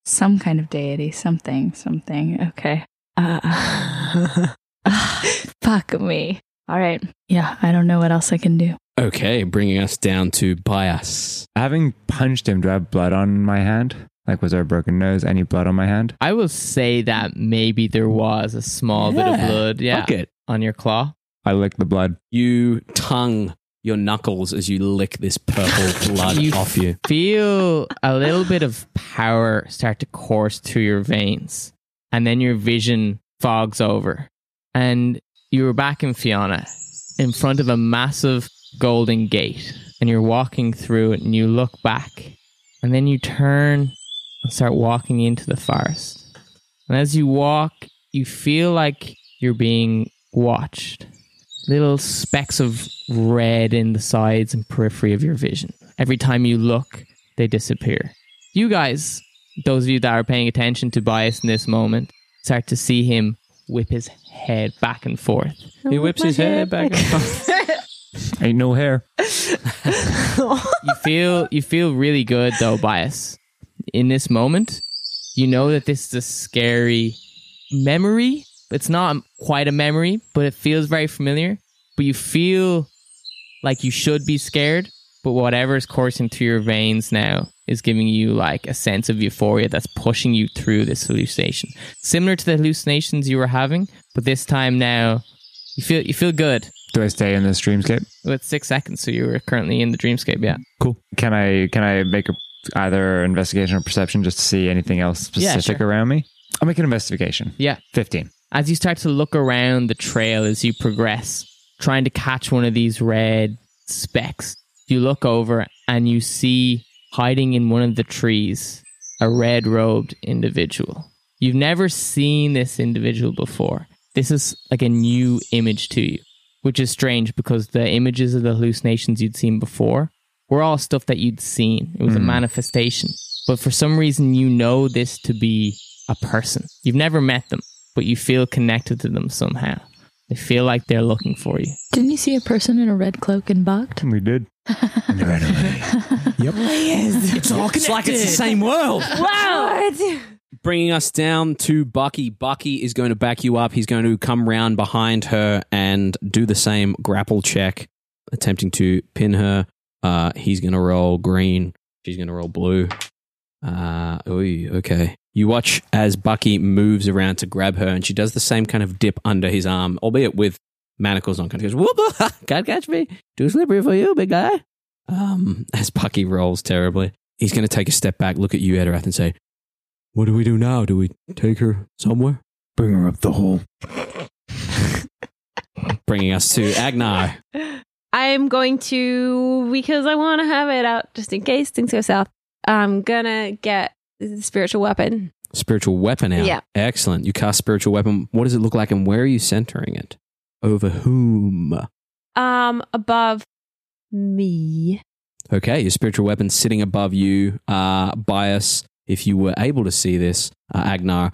S4: Some kind of deity, something, something. Okay. Uh, (laughs) fuck me. All right. Yeah, I don't know what else I can do.
S2: Okay, bringing us down to bias.
S3: Having punched him, do I have blood on my hand? Like, was there a broken nose? Any blood on my hand?
S1: I will say that maybe there was a small bit
S2: Yeah.
S1: of blood, yeah,
S2: Fuck it.
S1: on your claw.
S3: I lick the blood.
S2: You tongue your knuckles as you lick this (laughs) purple blood
S1: You-
S2: off you.
S1: Feel a little bit of power start to course through your veins, and then your vision fogs over, and you are back in Fiona, in front of a massive golden gate, and you're walking through it, and you look back, and then you turn and start walking into the forest. And as you walk, you feel like you're being watched. Little specks of red in the sides and periphery of your vision. Every time you look, they disappear. You guys, those of you that are paying attention to Bias in this moment, start to see him whip his head back and forth.
S2: He whips his hair back.
S3: Ain't no hair.
S1: you feel you feel really good though, bias. In this moment, you know that this is a scary memory, It's not quite a memory, but it feels very familiar. But you feel like you should be scared, but whatever is coursing through your veins now is giving you like a sense of euphoria that's pushing you through this hallucination. Similar to the hallucinations you were having, but this time now you feel you feel good.
S3: Do I stay in this dreamscape?
S1: With six seconds, so you were currently in the dreamscape, yeah.
S3: Can I can I make a, either investigation or perception just to see anything else
S1: Yeah,
S3: specific
S1: sure.
S3: around me? I'll make an investigation.
S1: Yeah.
S3: Fifteen.
S1: As you start to look around the trail as you progress, trying to catch one of these red specks, you look over and you see hiding in one of the trees a red robed individual. You've never seen this individual before. This is like a new image to you, which is strange because the images of the hallucinations you'd seen before were all stuff that you'd seen. It was a manifestation. But for some reason, you know this to be a person. You've never met them, but you feel connected to them somehow. They feel like they're looking for you.
S4: Didn't you see a person in a red cloak and bugged?
S3: We did.
S2: (laughs) It's all connected. It's like it's the same world.
S5: Wow.
S2: Bringing us down to Bucky. Bucky is going to back you up. He's going to come round behind her and do the same grapple check, attempting to pin her. Uh, he's going to roll green. She's going to roll blue. Uh, ooh, okay. You watch as Bucky moves around to grab her, and she does the same kind of dip under his arm, albeit with manacles on. Kind of goes, whoop, (laughs) can't catch me. Too slippery for you, big guy. Um, (laughs) as Bucky rolls terribly, he's going to take a step back, look at you, Edorath, and say, what do we do now? Do we take her somewhere?
S6: Bring her up the hole.
S2: (laughs) Bringing us to Agnar.
S5: I'm going to because I want to have it out just in case things go south. I'm gonna get the spiritual weapon.
S2: Spiritual weapon out.
S5: Yeah.
S2: Excellent. You cast spiritual weapon. What does it look like and where are you centering it? Over whom?
S5: Um, above me.
S2: Okay, your spiritual weapon sitting above you. Uh, bias, if you were able to see this, uh, Agnar,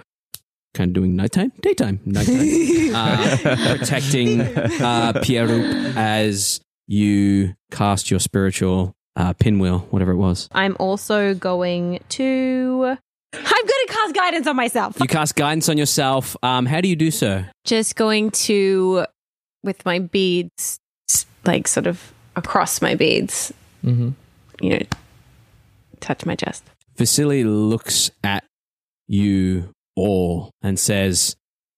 S2: kind of doing nighttime, daytime,
S5: (laughs)
S2: nighttime, (laughs) uh, protecting uh, Pierup as you cast your spiritual uh, pinwheel, whatever it was.
S5: I'm also going to. I'm gonna cast guidance on myself.
S2: You cast guidance on yourself. Um, how do you do so?
S5: Just going to with my beads, like sort of across my beads.
S1: Mm-hmm.
S5: You know, touch my chest.
S2: Vasily looks at you all and says,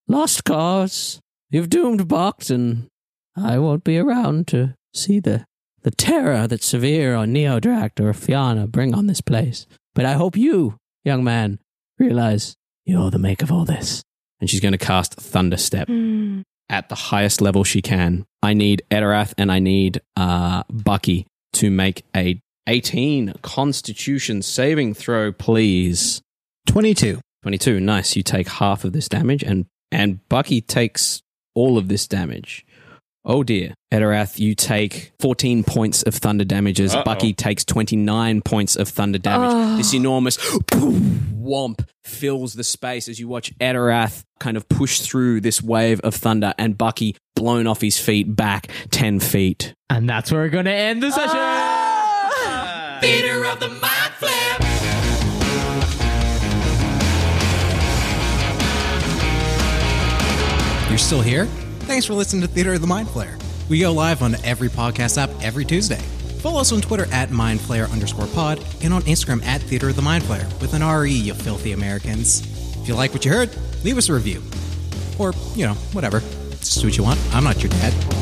S13: Lost cause. You've doomed Bokt, and I won't be around to see the, the terror that Severe or Neodract or Fiana bring on this place. But I hope you, young man, realize you're the make of all this.
S2: and she's going to cast Thunderstep at the highest level she can. I need Edorath and I need uh, Bucky to make a 18 Constitution saving throw, please.
S6: 22.
S2: 22. Nice. You take half of this damage, and and Bucky takes all of this damage. Oh dear. Edorath, you take 14 points of thunder damage as Bucky takes 29 points of thunder damage. This enormous womp fills the space as you watch Edorath kind of push through this wave of thunder and Bucky blown off his feet back 10 feet.
S1: And that's where we're going to end the session.
S6: You're still here? Thanks for listening to Theater of the Mind Flayer. We go live on every podcast app every Tuesday. Follow us on Twitter at mindflayer underscore pod and on Instagram at Theater of the Mind Flayer with an RE, you filthy Americans. If you like what you heard, leave us a review. Or, you know, whatever. Just do what you want. I'm not your dad.